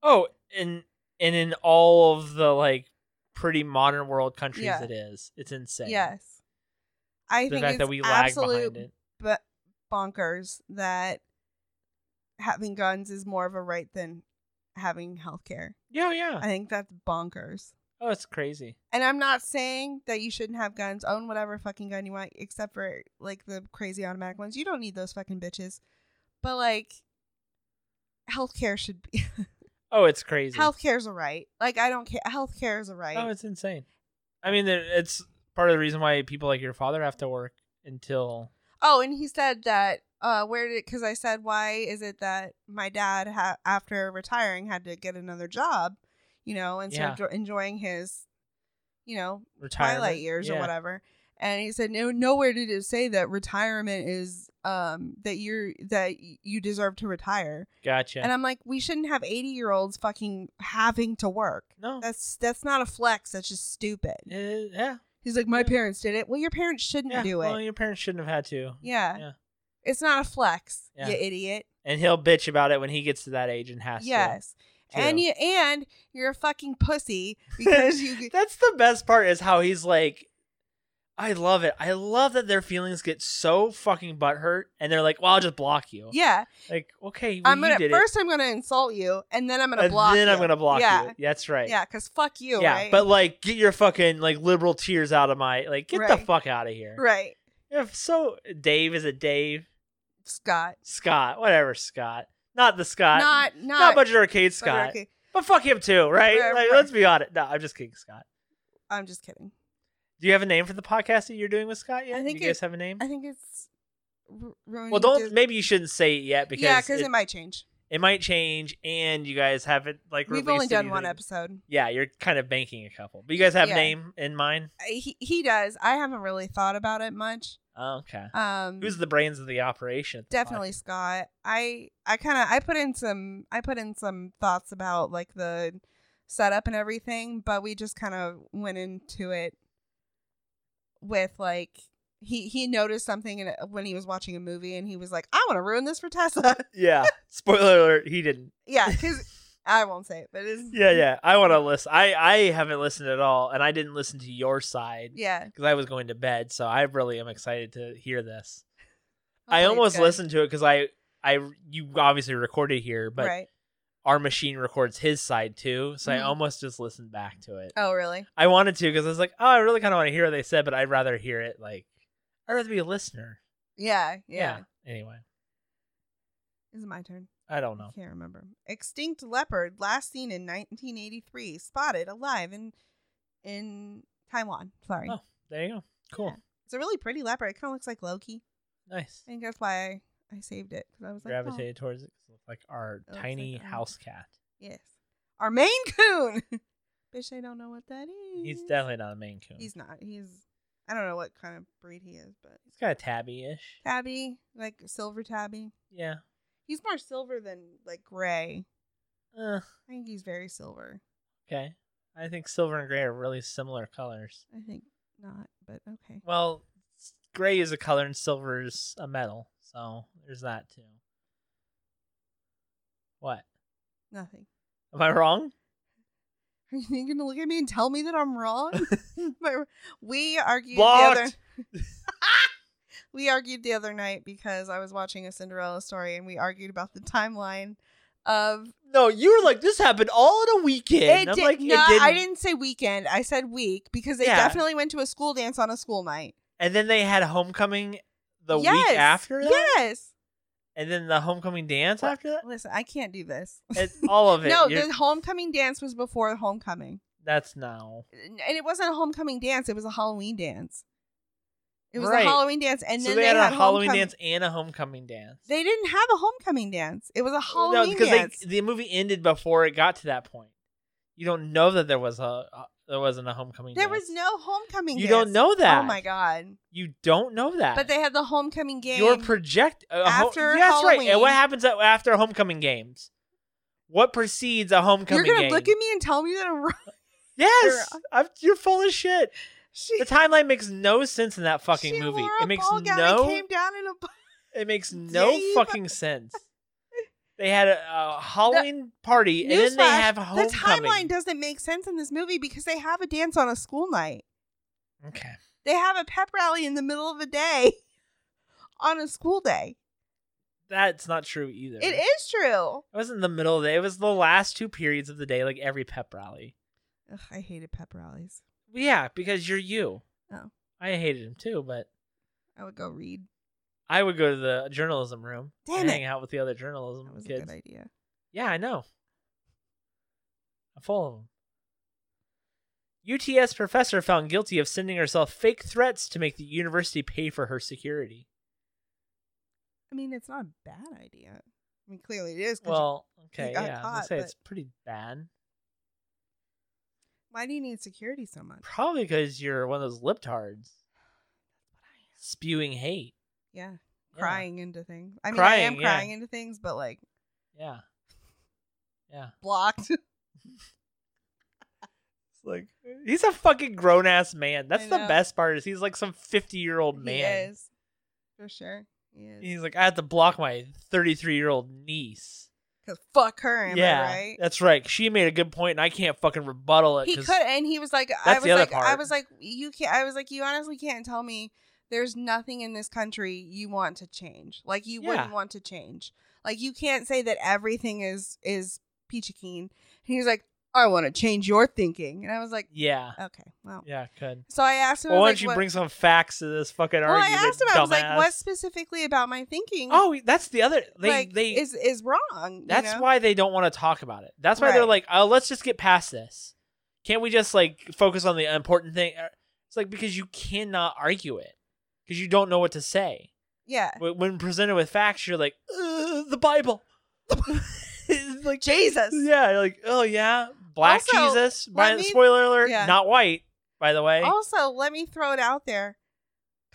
Speaker 1: Oh, and and in all of the like pretty modern world countries,
Speaker 2: Yeah.
Speaker 1: it is. It's insane.
Speaker 2: Yes, I
Speaker 1: the
Speaker 2: think
Speaker 1: fact
Speaker 2: it's
Speaker 1: that we lag behind
Speaker 2: absolute
Speaker 1: it.
Speaker 2: b- bonkers that having guns is more of a right than having health care.
Speaker 1: Yeah, yeah.
Speaker 2: I think that's bonkers.
Speaker 1: Oh, it's crazy.
Speaker 2: And I'm not saying that you shouldn't have guns. Own whatever fucking gun you want, except for like the crazy automatic ones. You don't need those fucking bitches. But like, healthcare should be
Speaker 1: Oh, it's crazy.
Speaker 2: healthcare's a right. Like I don't care. Healthcare is a right.
Speaker 1: Oh, it's insane. I mean, there- it's part of the reason why people like your father have to work until.
Speaker 2: Oh, and he said that. Uh, where did? Because I said, why is it that my dad, ha- after retiring, had to get another job? You know, and start jo- enjoying his, you know,
Speaker 1: retirement.
Speaker 2: twilight years
Speaker 1: Yeah.
Speaker 2: or whatever and he said no nowhere did it say that retirement is um that you're that y- you deserve to retire
Speaker 1: Gotcha.
Speaker 2: and i'm like we shouldn't have 80 year olds fucking having to work
Speaker 1: no.
Speaker 2: that's that's not a flex that's just stupid
Speaker 1: Eh, Mm. yeah.
Speaker 2: he's like my
Speaker 1: yeah.
Speaker 2: parents did it well your parents shouldn't
Speaker 1: yeah.
Speaker 2: do it
Speaker 1: Well, your parents shouldn't have had to.
Speaker 2: yeah.
Speaker 1: yeah.
Speaker 2: it's not a flex
Speaker 1: Yeah.
Speaker 2: you idiot
Speaker 1: And he'll bitch about it when he gets to that age and has
Speaker 2: yes
Speaker 1: to.
Speaker 2: and
Speaker 1: too.
Speaker 2: you and you're a fucking pussy because you
Speaker 1: That's the best part is how he's like. I love it. I love that their feelings get so fucking butthurt, and they're like, "Well, I'll just block you."
Speaker 2: yeah
Speaker 1: Like, okay, well,
Speaker 2: i'm
Speaker 1: you
Speaker 2: gonna
Speaker 1: did
Speaker 2: first i'm gonna insult you and then i'm
Speaker 1: it,
Speaker 2: gonna
Speaker 1: and
Speaker 2: block
Speaker 1: then I'm
Speaker 2: you.
Speaker 1: gonna block
Speaker 2: yeah.
Speaker 1: you. That's right.
Speaker 2: Yeah, because fuck you,
Speaker 1: yeah,
Speaker 2: right?
Speaker 1: but like, get your fucking like liberal tears out of my like, get the
Speaker 2: Right.
Speaker 1: fuck out of here.
Speaker 2: right,
Speaker 1: If so, Dave is it Dave?
Speaker 2: Scott.
Speaker 1: Scott, whatever Scott. Not the Scott.
Speaker 2: not not,
Speaker 1: Not budget arcade
Speaker 2: Budget
Speaker 1: Scott.
Speaker 2: Arcade.
Speaker 1: But fuck him too, right? Like,
Speaker 2: Right, right.
Speaker 1: let's be honest. No, I'm just kidding, Scott.
Speaker 2: I'm just kidding.
Speaker 1: Do you have a name for the podcast that you're doing with Scott yet?
Speaker 2: I think
Speaker 1: Do you guys
Speaker 2: it-
Speaker 1: have a name?
Speaker 2: I think it's ru- ruining.
Speaker 1: well, don't.
Speaker 2: Dis-
Speaker 1: maybe you shouldn't say it yet because
Speaker 2: yeah, because
Speaker 1: it,
Speaker 2: it, might change.
Speaker 1: it might change, and you guys haven't like
Speaker 2: We've
Speaker 1: released
Speaker 2: only done one
Speaker 1: anything.
Speaker 2: episode.
Speaker 1: Yeah, you're kind of banking a couple, but you guys have
Speaker 2: Yeah.
Speaker 1: a name in mind.
Speaker 2: I- He he does. I haven't really thought about it much.
Speaker 1: Oh, okay.
Speaker 2: Um,
Speaker 1: Who's the brains of the operation? at the
Speaker 2: definitely Scott. I I kind of I put in some I put in some thoughts about like the setup and everything, but we just kind of went into it with like he he noticed something in, a- when he was watching a movie and he was like, "I want to ruin this for Tessa."
Speaker 1: podcast? Yeah. Spoiler alert: He didn't.
Speaker 2: yeah, because I won't say it, but it's
Speaker 1: Yeah, yeah. I want to listen. I I haven't listened at all, and I didn't listen to your side
Speaker 2: yeah.
Speaker 1: because I was going to bed. So I really am excited to hear this.
Speaker 2: Hopefully
Speaker 1: I
Speaker 2: it's
Speaker 1: almost
Speaker 2: good.
Speaker 1: listened to it because I I you obviously recorded here, but
Speaker 2: right.
Speaker 1: our machine records his side too. So I
Speaker 2: Mhm.
Speaker 1: almost just listened back to it.
Speaker 2: Oh, really?
Speaker 1: I wanted to because I was like, oh, I really kind of want to hear what they said, but I'd rather hear it like I'd rather be a listener.
Speaker 2: Yeah, yeah.
Speaker 1: Anyway,
Speaker 2: This Is my turn?
Speaker 1: I don't
Speaker 2: I
Speaker 1: know.
Speaker 2: can't remember. Extinct leopard, last seen in 1983, spotted alive in in Taiwan. Sorry,
Speaker 1: Oh, There you go. Cool.
Speaker 2: it's a really pretty leopard. It kind of looks like Loki.
Speaker 1: Nice.
Speaker 2: I think that's why I, I saved it because I was like, oh,
Speaker 1: Gravitated towards it. 'cause it looked like our
Speaker 2: looks
Speaker 1: tiny
Speaker 2: like, um,
Speaker 1: house cat.
Speaker 2: yes, our Maine Coon. Bitch, I don't know what that is.
Speaker 1: He's definitely not a Maine Coon.
Speaker 2: He's not. He's. I don't know what kind of breed he is, but
Speaker 1: He's kind of tabby-ish.
Speaker 2: tabby, like silver tabby.
Speaker 1: Yeah.
Speaker 2: He's more silver than like gray.
Speaker 1: Uh,
Speaker 2: I think he's very silver.
Speaker 1: okay. I think silver and gray are really similar colors.
Speaker 2: I think not, but okay.
Speaker 1: Well, s- gray is a color and silver is a metal, so there's that too. What?
Speaker 2: Nothing.
Speaker 1: Am I wrong?
Speaker 2: Are you going to look at me and tell me that I'm wrong? But we argued
Speaker 1: Blocked!
Speaker 2: the other. we argued the other night because I was watching a Cinderella story and we argued about the timeline of
Speaker 1: No, you were like, this happened all in a weekend. I'm
Speaker 2: did-
Speaker 1: like,
Speaker 2: no,
Speaker 1: it didn't.
Speaker 2: I didn't say weekend. I said week because they
Speaker 1: Yeah.
Speaker 2: definitely went to a school dance on a school night.
Speaker 1: And then they had homecoming the
Speaker 2: Yes.
Speaker 1: week after that,
Speaker 2: Yes.
Speaker 1: and then the homecoming dance after that.
Speaker 2: Listen, I can't do this.
Speaker 1: And all of it.
Speaker 2: No,
Speaker 1: you're-
Speaker 2: the homecoming dance was before the homecoming.
Speaker 1: that's now.
Speaker 2: and it wasn't a homecoming dance; it was a Halloween dance. It was
Speaker 1: Right.
Speaker 2: a Halloween dance, and
Speaker 1: so
Speaker 2: then
Speaker 1: they, had, a Halloween
Speaker 2: homecoming-
Speaker 1: dance and a homecoming dance.
Speaker 2: They didn't have a homecoming dance; it was a
Speaker 1: no,
Speaker 2: Halloween
Speaker 1: because
Speaker 2: dance.
Speaker 1: they, the movie ended before it got to that point. You don't know that there was a uh, there wasn't a homecoming.
Speaker 2: there
Speaker 1: dance.
Speaker 2: was no homecoming.
Speaker 1: You
Speaker 2: dance.
Speaker 1: don't know that.
Speaker 2: Oh my god!
Speaker 1: You don't know that.
Speaker 2: But they had the homecoming game.
Speaker 1: Your project a ho-
Speaker 2: After
Speaker 1: yeah, that's right. And what
Speaker 2: Halloween-
Speaker 1: happens at- after homecoming games? What precedes a
Speaker 2: You're
Speaker 1: homecoming?
Speaker 2: gonna
Speaker 1: game?
Speaker 2: look at me and tell me that I'm wrong.
Speaker 1: Yes, I'm, you're full of shit.
Speaker 2: She,
Speaker 1: The timeline makes no sense in that fucking
Speaker 2: she
Speaker 1: movie.
Speaker 2: Wore a
Speaker 1: It makes
Speaker 2: ball gown and
Speaker 1: no
Speaker 2: Came down in a bu-
Speaker 1: it makes no
Speaker 2: Dave.
Speaker 1: fucking sense. They had a, a Halloween party and then they
Speaker 2: Newsflash,
Speaker 1: have a homecoming.
Speaker 2: The timeline doesn't make sense in this movie because they have a dance on a school night.
Speaker 1: okay.
Speaker 2: They have a pep rally in the middle of a day on a school day.
Speaker 1: That's not true either.
Speaker 2: It is true.
Speaker 1: It wasn't the middle of the day. It was the last two periods of the day, like every pep rally.
Speaker 2: Ugh, I hated pep rallies.
Speaker 1: Yeah, because you're you.
Speaker 2: Oh.
Speaker 1: I hated him too, but
Speaker 2: I would go read.
Speaker 1: I would go to the journalism room
Speaker 2: Damn
Speaker 1: and
Speaker 2: it.
Speaker 1: hang out with the other journalism
Speaker 2: That was a
Speaker 1: kids.
Speaker 2: good idea.
Speaker 1: Yeah, I know. I'm full of them. UTS professor found guilty of sending herself fake threats to make the university pay for her security.
Speaker 2: I mean, it's not a bad idea. I mean, clearly it is. 'cause
Speaker 1: Well, okay,
Speaker 2: got
Speaker 1: yeah, I
Speaker 2: caught,
Speaker 1: say
Speaker 2: but-
Speaker 1: it's pretty bad.
Speaker 2: why do you need security so much?
Speaker 1: Probably because you're one of those libtards spewing hate.
Speaker 2: Yeah,
Speaker 1: Yeah.
Speaker 2: crying into things. I mean, I am
Speaker 1: Crying, yeah.
Speaker 2: crying into things, but like
Speaker 1: Yeah. Yeah.
Speaker 2: blocked.
Speaker 1: It's like he's a fucking grown ass man. That's
Speaker 2: I
Speaker 1: the
Speaker 2: know.
Speaker 1: best part is he's like some fifty year old
Speaker 2: He
Speaker 1: man.
Speaker 2: is for sure. He is
Speaker 1: He's like, I have to block my thirty three year old niece.
Speaker 2: because fuck her. Am
Speaker 1: yeah,
Speaker 2: I right?
Speaker 1: that's right. She made a good point, and I can't fucking rebuttal it.
Speaker 2: He
Speaker 1: 'cause-
Speaker 2: could, and he was like, I
Speaker 1: That's
Speaker 2: was
Speaker 1: the other
Speaker 2: like, I
Speaker 1: part.
Speaker 2: was like, you can't. I was like, you honestly can't tell me there's nothing in this country you want to change. Like you wouldn't
Speaker 1: Yeah.
Speaker 2: want to change. Like you can't say that everything is is peachy keen. And he was like, I want to change your thinking. And I was like,
Speaker 1: Yeah.
Speaker 2: okay, well.
Speaker 1: Yeah, could.
Speaker 2: So I asked him. I
Speaker 1: Well,
Speaker 2: was
Speaker 1: why
Speaker 2: like,
Speaker 1: don't you
Speaker 2: what-
Speaker 1: bring some facts to this fucking
Speaker 2: Well, I
Speaker 1: argument?
Speaker 2: asked him. I was like,
Speaker 1: dumbass?
Speaker 2: what specifically about my thinking?
Speaker 1: Oh, that's the other. They
Speaker 2: like,
Speaker 1: they
Speaker 2: is is wrong. you
Speaker 1: That's
Speaker 2: know?
Speaker 1: why they don't want to talk about it. That's why they're like,
Speaker 2: Right.
Speaker 1: oh, let's just get past this. Can't we just like focus on the important thing? Uh, It's like because you cannot argue it because you don't know what to say.
Speaker 2: Yeah.
Speaker 1: Wh- When presented with facts, you're like, "Uh, the Bible, It's like
Speaker 2: Jesus.
Speaker 1: Yeah, you're like oh yeah, black
Speaker 2: Also,
Speaker 1: Jesus. By,
Speaker 2: let me-
Speaker 1: spoiler alert,
Speaker 2: yeah. Oh,
Speaker 1: not white. By the way,
Speaker 2: Also, let me throw it out there.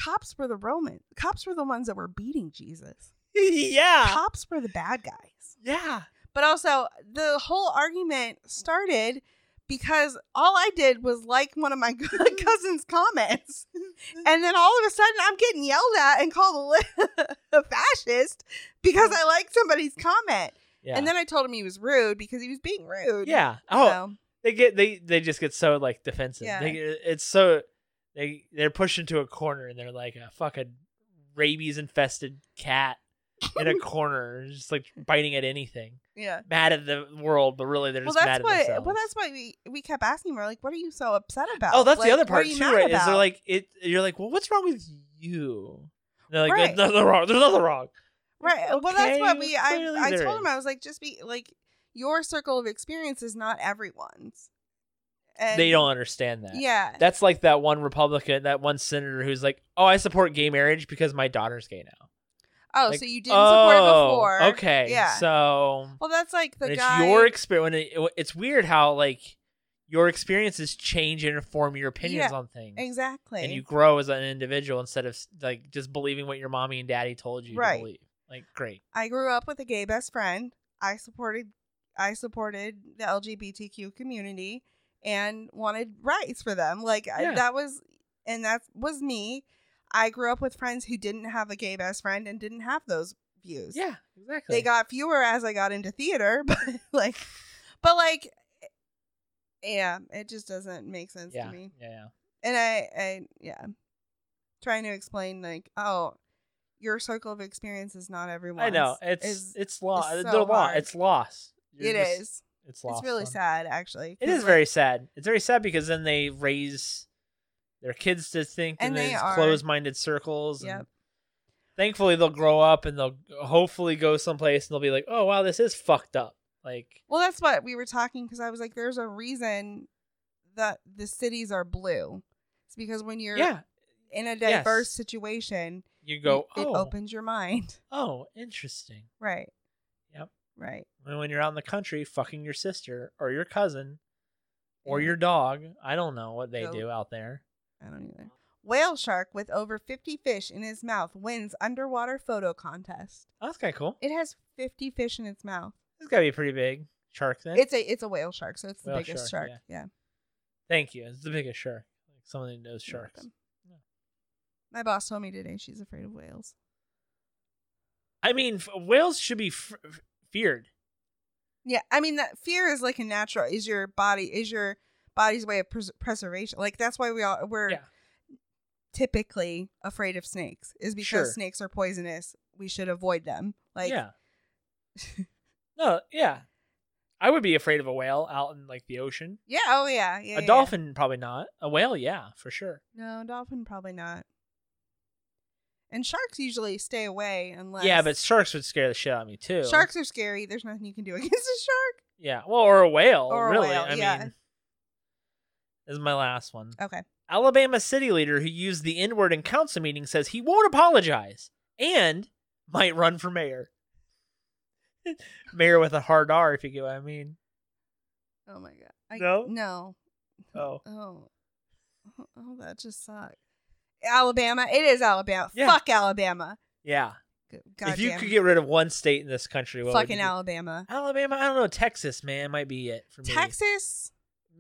Speaker 2: Cops were the Roman. Cops were the ones that were beating Jesus.
Speaker 1: yeah,
Speaker 2: Cops were the bad guys.
Speaker 1: yeah,
Speaker 2: But also, the whole argument started because all I did was like one of my cousin's comments. And then all of a sudden, I'm getting yelled at and called a, li- a fascist because I liked somebody's comment.
Speaker 1: yeah,
Speaker 2: And then I told him he was rude because he was being rude.
Speaker 1: yeah. Oh,
Speaker 2: So,
Speaker 1: they get they they just get so like defensive.
Speaker 2: Yeah.
Speaker 1: They get, it's so they they're pushed into a corner and they're like a fucking rabies infested cat in a corner, just like biting at anything,
Speaker 2: yeah.
Speaker 1: mad at the world, but really they're
Speaker 2: Well,
Speaker 1: just mad
Speaker 2: that's
Speaker 1: at
Speaker 2: what.
Speaker 1: themselves.
Speaker 2: Well, that's why we we kept asking. We're like, "What are you so upset about?"
Speaker 1: oh, that's
Speaker 2: Like,
Speaker 1: the other
Speaker 2: what are
Speaker 1: part
Speaker 2: you
Speaker 1: too,
Speaker 2: mad
Speaker 1: right? Is they're
Speaker 2: about?
Speaker 1: like it? You're like, well, what's wrong with you? And they're like,
Speaker 2: Right.
Speaker 1: there's nothing wrong. There's nothing wrong.
Speaker 2: right? uh, Well, that's what
Speaker 1: okay,
Speaker 2: we. I
Speaker 1: clearly
Speaker 2: I
Speaker 1: there
Speaker 2: told him
Speaker 1: is.
Speaker 2: I was like, just be like, your circle of experience is not everyone's. And
Speaker 1: They don't understand that.
Speaker 2: Yeah.
Speaker 1: That's like that one Republican, that one senator who's like, "Oh, I support gay marriage because my daughter's gay now."
Speaker 2: oh,
Speaker 1: like, "Oh,
Speaker 2: so you didn't support it before?
Speaker 1: Okay.
Speaker 2: Yeah.
Speaker 1: So
Speaker 2: well, that's like the
Speaker 1: it's
Speaker 2: guy.
Speaker 1: your experience. It, it's weird how like your experiences change and inform your opinions on things,
Speaker 2: exactly.
Speaker 1: and you grow as an individual instead of like just believing what your mommy and daddy told you
Speaker 2: Right.
Speaker 1: to believe. Like, great.
Speaker 2: I grew up with a gay best friend. I supported I supported the LGBTQ community and wanted rights for them. Like I,
Speaker 1: Yeah.
Speaker 2: that was and that was me. I grew up with friends who didn't have a gay best friend and didn't have those views.
Speaker 1: Yeah, exactly.
Speaker 2: They got fewer as I got into theater, but like but like yeah, it just doesn't make sense
Speaker 1: yeah,
Speaker 2: to me.
Speaker 1: yeah, yeah.
Speaker 2: And I I yeah. Trying to explain like, oh, your circle of experience is not everyone's.
Speaker 1: I know it's
Speaker 2: is-
Speaker 1: it's lost.
Speaker 2: is
Speaker 1: It's
Speaker 2: so
Speaker 1: lost.
Speaker 2: hard.
Speaker 1: It's lost. You're
Speaker 2: It
Speaker 1: just-
Speaker 2: is.
Speaker 1: It's lost.
Speaker 2: It's really
Speaker 1: on-
Speaker 2: sad, actually.
Speaker 1: It
Speaker 2: 'cause,
Speaker 1: is very sad. It's very sad because then they raise their kids to think
Speaker 2: And
Speaker 1: in
Speaker 2: they
Speaker 1: these
Speaker 2: are.
Speaker 1: closed-minded circles. and
Speaker 2: Yep.
Speaker 1: thankfully, they'll grow up and they'll hopefully go someplace and they'll be like, "Oh wow, this is fucked up." Like,
Speaker 2: Well, that's what we were talking because I was like, "There's a reason that the cities are blue. It's because when you're
Speaker 1: yeah,
Speaker 2: in a
Speaker 1: yes.
Speaker 2: diverse situation,
Speaker 1: you go,
Speaker 2: it, it
Speaker 1: "Oh,
Speaker 2: opens your mind."
Speaker 1: oh, interesting."
Speaker 2: Right.
Speaker 1: Yep.
Speaker 2: Right.
Speaker 1: When when you're out in the country, fucking your sister or your cousin or
Speaker 2: Yeah.
Speaker 1: your dog, I don't know what they
Speaker 2: Go-
Speaker 1: do out there.
Speaker 2: I don't either. Whale shark with over 50 fish in his mouth wins underwater photo contest.
Speaker 1: Oh, that's kind of cool.
Speaker 2: It has 50 fish in its mouth.
Speaker 1: It's gotta be a pretty big shark then.
Speaker 2: It's a it's a whale shark, so it's the
Speaker 1: Whale
Speaker 2: biggest
Speaker 1: shark,
Speaker 2: shark. Yeah.
Speaker 1: Thank you. It's the biggest shark. Like someone who knows
Speaker 2: You're
Speaker 1: sharks.
Speaker 2: welcome. My boss told me today she's afraid of whales.
Speaker 1: I mean, f- whales should be f- f- feared.
Speaker 2: Yeah, I mean that fear is like a natural is your body is your body's way of pres- preservation. Like that's why we all we're
Speaker 1: Yeah.
Speaker 2: typically afraid of snakes is because
Speaker 1: Sure.
Speaker 2: snakes are poisonous. We should avoid them. Like
Speaker 1: yeah. no, yeah. I would be afraid of a whale out in like the ocean.
Speaker 2: Yeah, oh yeah, yeah.
Speaker 1: a
Speaker 2: yeah,
Speaker 1: dolphin, probably not. A whale, yeah, for sure.
Speaker 2: yeah. No, dolphin probably not. And sharks usually stay away unless
Speaker 1: Yeah, but sharks would scare the shit out of me too.
Speaker 2: sharks are scary. There's nothing you can do against a shark.
Speaker 1: Yeah. Well, or a whale.
Speaker 2: Or a
Speaker 1: really.
Speaker 2: whale,
Speaker 1: I
Speaker 2: yeah.
Speaker 1: mean, this is my last one.
Speaker 2: Okay.
Speaker 1: Alabama city leader who used the N word in council meeting says he won't apologize and might run for mayor. mayor with a hard R, if you get what I mean.
Speaker 2: Oh my god. I,
Speaker 1: No?
Speaker 2: No.
Speaker 1: Oh.
Speaker 2: Oh. Oh, Oh, that just sucks. Alabama. It is Alabama.
Speaker 1: Yeah.
Speaker 2: Fuck Alabama.
Speaker 1: Yeah.
Speaker 2: Good- Goddamn.
Speaker 1: if you could get rid of one state in this country, what would
Speaker 2: fucking
Speaker 1: you do?
Speaker 2: Alabama,
Speaker 1: Alabama, I don't know. Texas, man, might be it for me.
Speaker 2: Texas,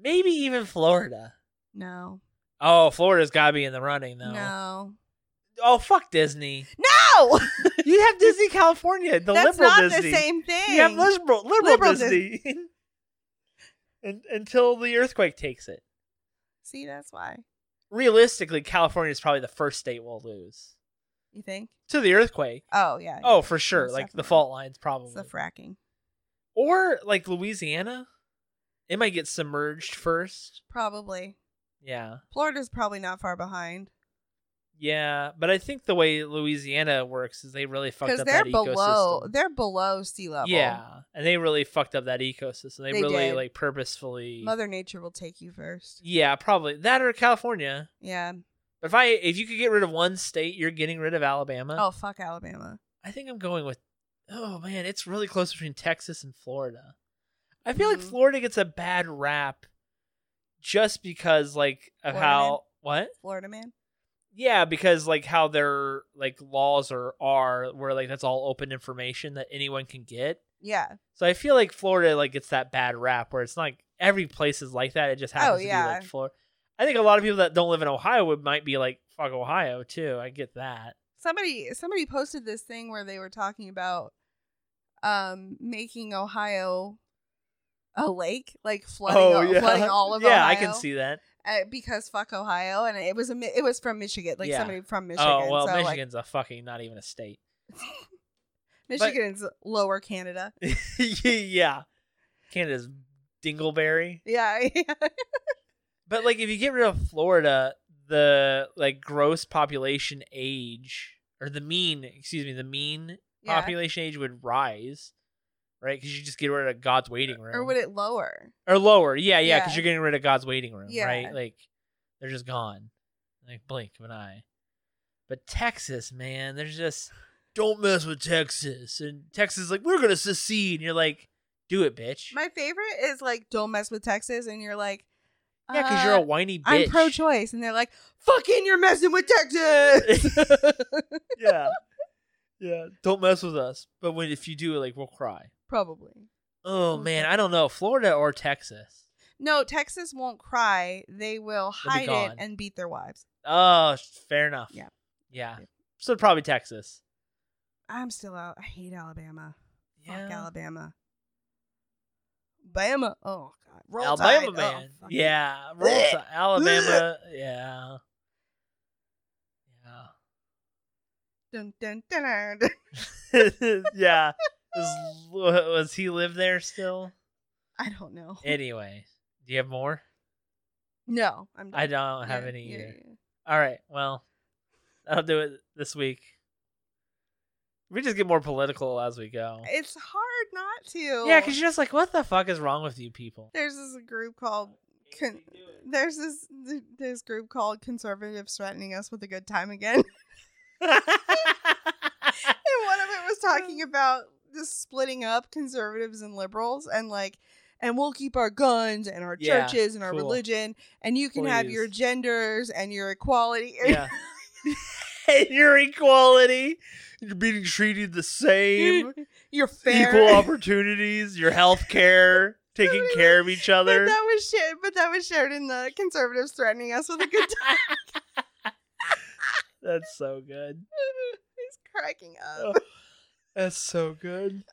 Speaker 1: maybe even Florida.
Speaker 2: no,
Speaker 1: Oh, Florida's got to be in the running though.
Speaker 2: no,
Speaker 1: Oh, fuck Disney.
Speaker 2: no.
Speaker 1: You have Disney California, the
Speaker 2: That's
Speaker 1: liberal
Speaker 2: not
Speaker 1: Disney.
Speaker 2: the same thing.
Speaker 1: You have liberal, liberal,
Speaker 2: Liberal
Speaker 1: Disney. and, until the earthquake takes it.
Speaker 2: See, that's why
Speaker 1: Realistically, California is probably the first state we'll lose
Speaker 2: you think.
Speaker 1: to the earthquake.
Speaker 2: Oh yeah.
Speaker 1: Oh, for sure.
Speaker 2: Most
Speaker 1: Like the
Speaker 2: definitely.
Speaker 1: fault lines,
Speaker 2: It's
Speaker 1: probably.
Speaker 2: the fracking.
Speaker 1: or like Louisiana. It might get submerged first.
Speaker 2: Probably.
Speaker 1: Yeah.
Speaker 2: Florida's probably not far behind
Speaker 1: Yeah, but I think the way Louisiana works is they really fucked
Speaker 2: because
Speaker 1: up
Speaker 2: they're
Speaker 1: that
Speaker 2: below.
Speaker 1: ecosystem.
Speaker 2: They're below sea level.
Speaker 1: Yeah, and they really fucked up that ecosystem. They,
Speaker 2: They
Speaker 1: really
Speaker 2: did.
Speaker 1: like purposefully.
Speaker 2: Mother Nature will take you first.
Speaker 1: yeah, probably that or California.
Speaker 2: Yeah.
Speaker 1: If I if you could get rid of one state, you're getting rid of Alabama.
Speaker 2: Oh fuck Alabama.
Speaker 1: I think I'm going with. Oh man, it's really close between Texas and Florida. I feel like
Speaker 2: Mhm.
Speaker 1: Florida gets a bad rap, just because like of
Speaker 2: Florida
Speaker 1: how
Speaker 2: man.
Speaker 1: what.
Speaker 2: Florida man.
Speaker 1: Yeah, because like how their like laws are are where like that's all open information that anyone can get.
Speaker 2: Yeah.
Speaker 1: So I feel like Florida like gets that bad rap where it's not like every place is like that. It just happens
Speaker 2: Oh,
Speaker 1: to be
Speaker 2: yeah.
Speaker 1: like Florida. I think a lot of people that don't live in Ohio would might be like fuck Ohio too. I get that.
Speaker 2: Somebody somebody posted this thing where they were talking about um making Ohio a lake, like flooding, flooding all of
Speaker 1: Oh, yeah, I
Speaker 2: Ohio,
Speaker 1: can see that.
Speaker 2: uh, because fuck Ohio, and it was a mi- it was from Michigan, like
Speaker 1: Yeah.
Speaker 2: somebody from Michigan.
Speaker 1: oh well,
Speaker 2: so
Speaker 1: Michigan's a fucking not even a state.
Speaker 2: like Michigan's lower Canada.
Speaker 1: yeah, Canada's dingleberry.
Speaker 2: Yeah,
Speaker 1: But like, if you get rid of Florida, the like gross population age or the mean, excuse me, the mean
Speaker 2: yeah.
Speaker 1: population age would rise, right? Because you just get rid of God's waiting room,
Speaker 2: Or would it lower?
Speaker 1: Or lower? Yeah, yeah, because
Speaker 2: Yeah.
Speaker 1: you're getting rid of God's waiting room,
Speaker 2: Yeah.
Speaker 1: right? Like they're just gone, like blink of an eye. But Texas, man, there's just don't mess with Texas, and Texas is like we're gonna secede, and you're like, do it, bitch.
Speaker 2: My favorite is like, don't mess with Texas, and you're like,
Speaker 1: yeah, because you're
Speaker 2: uh,
Speaker 1: a whiny bitch.
Speaker 2: I'm pro-choice, and they're like, fucking, you're messing with Texas.
Speaker 1: yeah. Yeah. Don't mess with us. But when if you do, like we'll cry.
Speaker 2: Probably.
Speaker 1: Oh
Speaker 2: Okay.
Speaker 1: man, I don't know. Florida or Texas.
Speaker 2: No, Texas won't cry. They will
Speaker 1: They'll be
Speaker 2: hide it
Speaker 1: gone.
Speaker 2: and beat their wives.
Speaker 1: Oh, fair enough.
Speaker 2: Yeah.
Speaker 1: Yeah.
Speaker 2: Yeah.
Speaker 1: So probably Texas.
Speaker 2: I'm still out. I hate Alabama. Fuck
Speaker 1: Yeah.
Speaker 2: Alabama. Bama. Oh God. Roll
Speaker 1: Alabama
Speaker 2: Tide. Oh,
Speaker 1: man.
Speaker 2: fuck it.
Speaker 1: yeah. Roll
Speaker 2: Blech.
Speaker 1: Tide. Alabama. yeah.
Speaker 2: Dun, dun, dun, dun, dun.
Speaker 1: Yeah. yeah. Was, was he live there still?
Speaker 2: I don't know.
Speaker 1: Anyway, do you have more?
Speaker 2: no, I'm.
Speaker 1: I don't have
Speaker 2: yeah,
Speaker 1: any
Speaker 2: yeah,
Speaker 1: either.
Speaker 2: yeah.
Speaker 1: All right. Well, I'll do it this week. We just get more political as we go.
Speaker 2: It's hard not to.
Speaker 1: Yeah, because you're just like, what the fuck is wrong with you people?
Speaker 2: there's this group called Can- there's this th- this group called conservatives threatening us with a good time again. and one of it was talking about this splitting up conservatives and liberals and like and we'll keep our guns and our
Speaker 1: Yeah,
Speaker 2: churches and our
Speaker 1: cool.
Speaker 2: religion and you can have your
Speaker 1: Please.
Speaker 2: genders and your equality
Speaker 1: yeah. your equality, you're being treated the same,
Speaker 2: your fair
Speaker 1: equal opportunities, your health care, taking care of each
Speaker 2: but
Speaker 1: other.
Speaker 2: that was shared but that was shared in the conservatives threatening us with a good time
Speaker 1: That's so good.
Speaker 2: he's cracking
Speaker 1: Oh,
Speaker 2: up
Speaker 1: That's so good.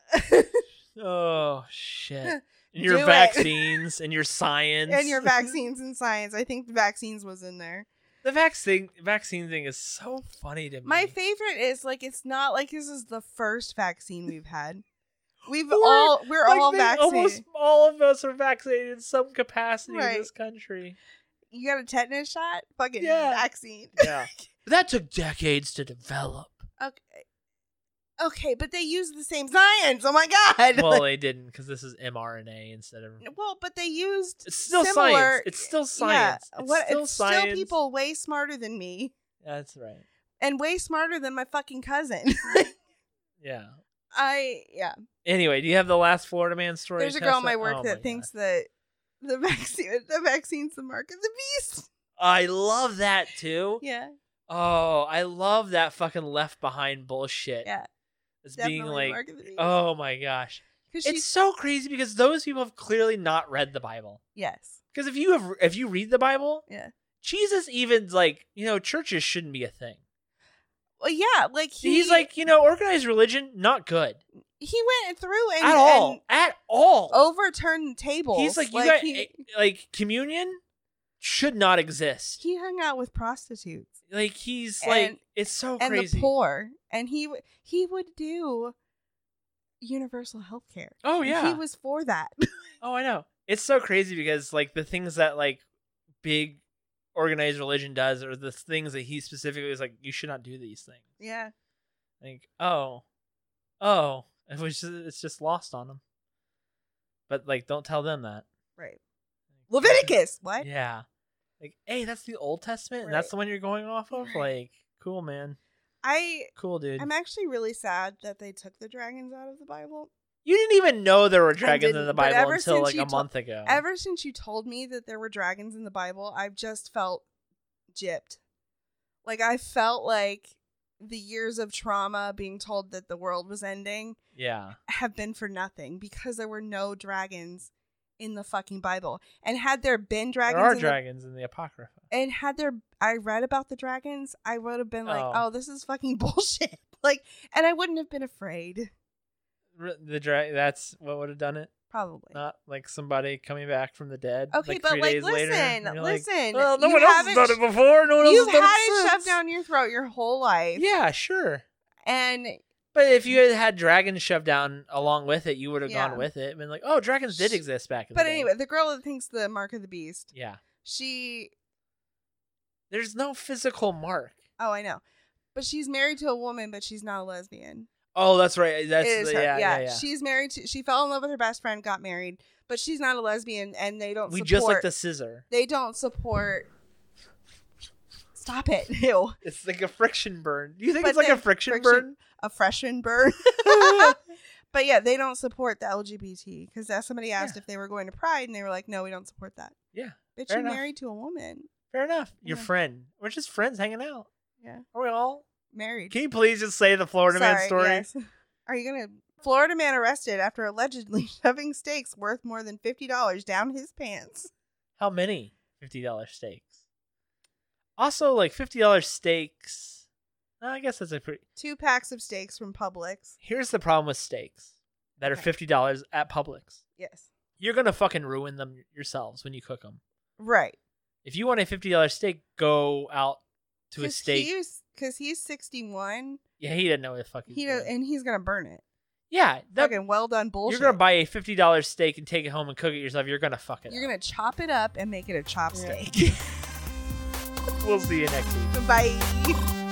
Speaker 1: Oh shit! And
Speaker 2: Do
Speaker 1: your
Speaker 2: it.
Speaker 1: vaccines and your science
Speaker 2: and your vaccines and science i think vaccines was in there
Speaker 1: The vaccine vaccine thing is so funny to me.
Speaker 2: My favorite is like it's not like this is the first vaccine we've had. We've
Speaker 1: We're-
Speaker 2: all we're
Speaker 1: Like,
Speaker 2: all
Speaker 1: they-
Speaker 2: vaccinated.
Speaker 1: Almost all of us are vaccinated in some capacity
Speaker 2: Right.
Speaker 1: in this country.
Speaker 2: You got a tetanus shot? Fucking
Speaker 1: Yeah.
Speaker 2: vaccine.
Speaker 1: Yeah, that took decades to develop.
Speaker 2: Okay, but they use the same science. Oh my god.
Speaker 1: Well, they didn't because this is mRNA instead of.
Speaker 2: Well, but they used
Speaker 1: It's still
Speaker 2: similar,
Speaker 1: science. It's still science.
Speaker 2: Yeah,
Speaker 1: It's
Speaker 2: what,
Speaker 1: still
Speaker 2: it's
Speaker 1: science.
Speaker 2: still people way smarter than me
Speaker 1: That's right.
Speaker 2: and way smarter than my fucking cousin.
Speaker 1: Yeah.
Speaker 2: I yeah.
Speaker 1: Anyway, do you have the last Florida man story?
Speaker 2: There's a girl in my
Speaker 1: Tessa?
Speaker 2: work
Speaker 1: Oh
Speaker 2: that
Speaker 1: God.
Speaker 2: thinks that the vaccine the vaccine's the mark of the beast.
Speaker 1: I love that too.
Speaker 2: Yeah.
Speaker 1: Oh, I love that fucking left behind bullshit.
Speaker 2: Yeah.
Speaker 1: it's
Speaker 2: Definitely
Speaker 1: being
Speaker 2: the
Speaker 1: like,
Speaker 2: mark of the beast.
Speaker 1: oh my gosh,
Speaker 2: 'Cause she's
Speaker 1: it's so crazy because those people have clearly not read the Bible.
Speaker 2: Yes.
Speaker 1: Because if you have, if you read the Bible,
Speaker 2: Yeah.
Speaker 1: Jesus even like you know churches shouldn't be a thing.
Speaker 2: Well, yeah, like he,
Speaker 1: He's like you know organized religion not good
Speaker 2: he went through and,
Speaker 1: at all, at all.
Speaker 2: and overturned tables.
Speaker 1: he's like you got eh,
Speaker 2: he,
Speaker 1: like communion should not exist.
Speaker 2: he hung out with prostitutes
Speaker 1: Like he's
Speaker 2: And-
Speaker 1: like it's so
Speaker 2: and
Speaker 1: crazy.
Speaker 2: the poor, and he w- he would do universal health care.
Speaker 1: oh
Speaker 2: And
Speaker 1: yeah.
Speaker 2: he was for that.
Speaker 1: oh I know. it's so crazy because like the things that like big organized religion does are the things that he specifically was like you should not do these things
Speaker 2: Yeah.
Speaker 1: like oh oh it was just, it's just lost on them but like don't tell them that
Speaker 2: Right. Leviticus. What?
Speaker 1: yeah like hey that's the old testament and
Speaker 2: Right.
Speaker 1: that's the one you're going off of
Speaker 2: Right.
Speaker 1: like cool man
Speaker 2: I
Speaker 1: cool dude
Speaker 2: I'm actually really sad that they took the dragons out of the Bible.
Speaker 1: you didn't even know there were dragons in
Speaker 2: didn't,
Speaker 1: the
Speaker 2: but
Speaker 1: bible
Speaker 2: ever
Speaker 1: until
Speaker 2: since
Speaker 1: like
Speaker 2: you
Speaker 1: a
Speaker 2: to-
Speaker 1: month ago
Speaker 2: Ever since you told me that there were dragons in the Bible, I've just felt gypped. Like I felt like the years of trauma being told that the world was ending
Speaker 1: yeah
Speaker 2: have been for nothing because there were no dragons in the fucking Bible. And had there been dragons,
Speaker 1: there are
Speaker 2: in the-
Speaker 1: dragons in the apocrypha
Speaker 2: and had there I read about the dragons, I would have been like,
Speaker 1: Oh.
Speaker 2: "Oh, this is fucking bullshit." Like, and I wouldn't have been afraid,
Speaker 1: R- the dra- that's what would have done it
Speaker 2: probably.
Speaker 1: not like somebody coming back from the dead
Speaker 2: okay,
Speaker 1: Uh, like
Speaker 2: but
Speaker 1: three
Speaker 2: like,
Speaker 1: days later,
Speaker 2: listen,
Speaker 1: and you're like,
Speaker 2: listen.
Speaker 1: well no
Speaker 2: you
Speaker 1: one else has
Speaker 2: haven't
Speaker 1: done it before no one else
Speaker 2: You've
Speaker 1: has done
Speaker 2: had
Speaker 1: it
Speaker 2: it shoved
Speaker 1: since.
Speaker 2: down your throat your whole life.
Speaker 1: yeah sure
Speaker 2: And
Speaker 1: But if you had had dragons shoved down along with it, you would have
Speaker 2: Yeah.
Speaker 1: gone with it. Been like, oh, dragons did exist back in the
Speaker 2: but
Speaker 1: day.
Speaker 2: anyway, the girl that thinks the mark of the beast,
Speaker 1: yeah,
Speaker 2: she
Speaker 1: there's no physical mark.
Speaker 2: oh I know, but she's married to a woman, but she's not a lesbian.
Speaker 1: Oh, that's right. That's
Speaker 2: It is
Speaker 1: the-
Speaker 2: her.
Speaker 1: yeah, yeah, yeah.
Speaker 2: She's married to. She fell in love with her best friend, got married, but she's not a lesbian, and they don't.
Speaker 1: we
Speaker 2: support,
Speaker 1: just like the scissor.
Speaker 2: They don't support. Stop it! Ew.
Speaker 1: It's like a friction burn. You think
Speaker 2: But
Speaker 1: it's like a
Speaker 2: the
Speaker 1: friction,
Speaker 2: friction- A freshman burn.
Speaker 1: burn?
Speaker 2: But yeah, they don't support the LGBT because somebody asked
Speaker 1: Yeah.
Speaker 2: if they were going to Pride, and they were like, "No, we don't support that."
Speaker 1: yeah,
Speaker 2: Bitch,
Speaker 1: Fair
Speaker 2: you're
Speaker 1: enough.
Speaker 2: married to a woman.
Speaker 1: fair enough. Your
Speaker 2: Yeah.
Speaker 1: friend. We're just friends hanging out.
Speaker 2: Yeah.
Speaker 1: Are we all?
Speaker 2: Married.
Speaker 1: Can you please just say the Florida man
Speaker 2: Sorry,
Speaker 1: story?
Speaker 2: yes. Are you gonna Florida man arrested after allegedly shoving steaks worth more than fifty dollars down his pants?
Speaker 1: How many fifty dollars steaks? Also, like fifty dollars steaks. I guess that's a pretty.
Speaker 2: Two packs of steaks from Publix.
Speaker 1: Here's the problem with steaks that are
Speaker 2: Okay.
Speaker 1: fifty dollars at Publix.
Speaker 2: Yes.
Speaker 1: You're gonna fucking ruin them yourselves when you cook them.
Speaker 2: Right.
Speaker 1: If you want a fifty dollars steak, go out to a steak.
Speaker 2: because he's sixty one.
Speaker 1: yeah, he didn't know what the fuck. He,
Speaker 2: He
Speaker 1: was
Speaker 2: do
Speaker 1: doing.
Speaker 2: and he's gonna burn it.
Speaker 1: yeah, that,
Speaker 2: Fucking well done bullshit.
Speaker 1: you're gonna buy a fifty dollars steak and take it home and cook it yourself. You're gonna fuck it.
Speaker 2: You're gonna chop it up and make it a chop
Speaker 1: Yeah.
Speaker 2: steak.
Speaker 1: gonna. We'll see you next week.
Speaker 2: Bye.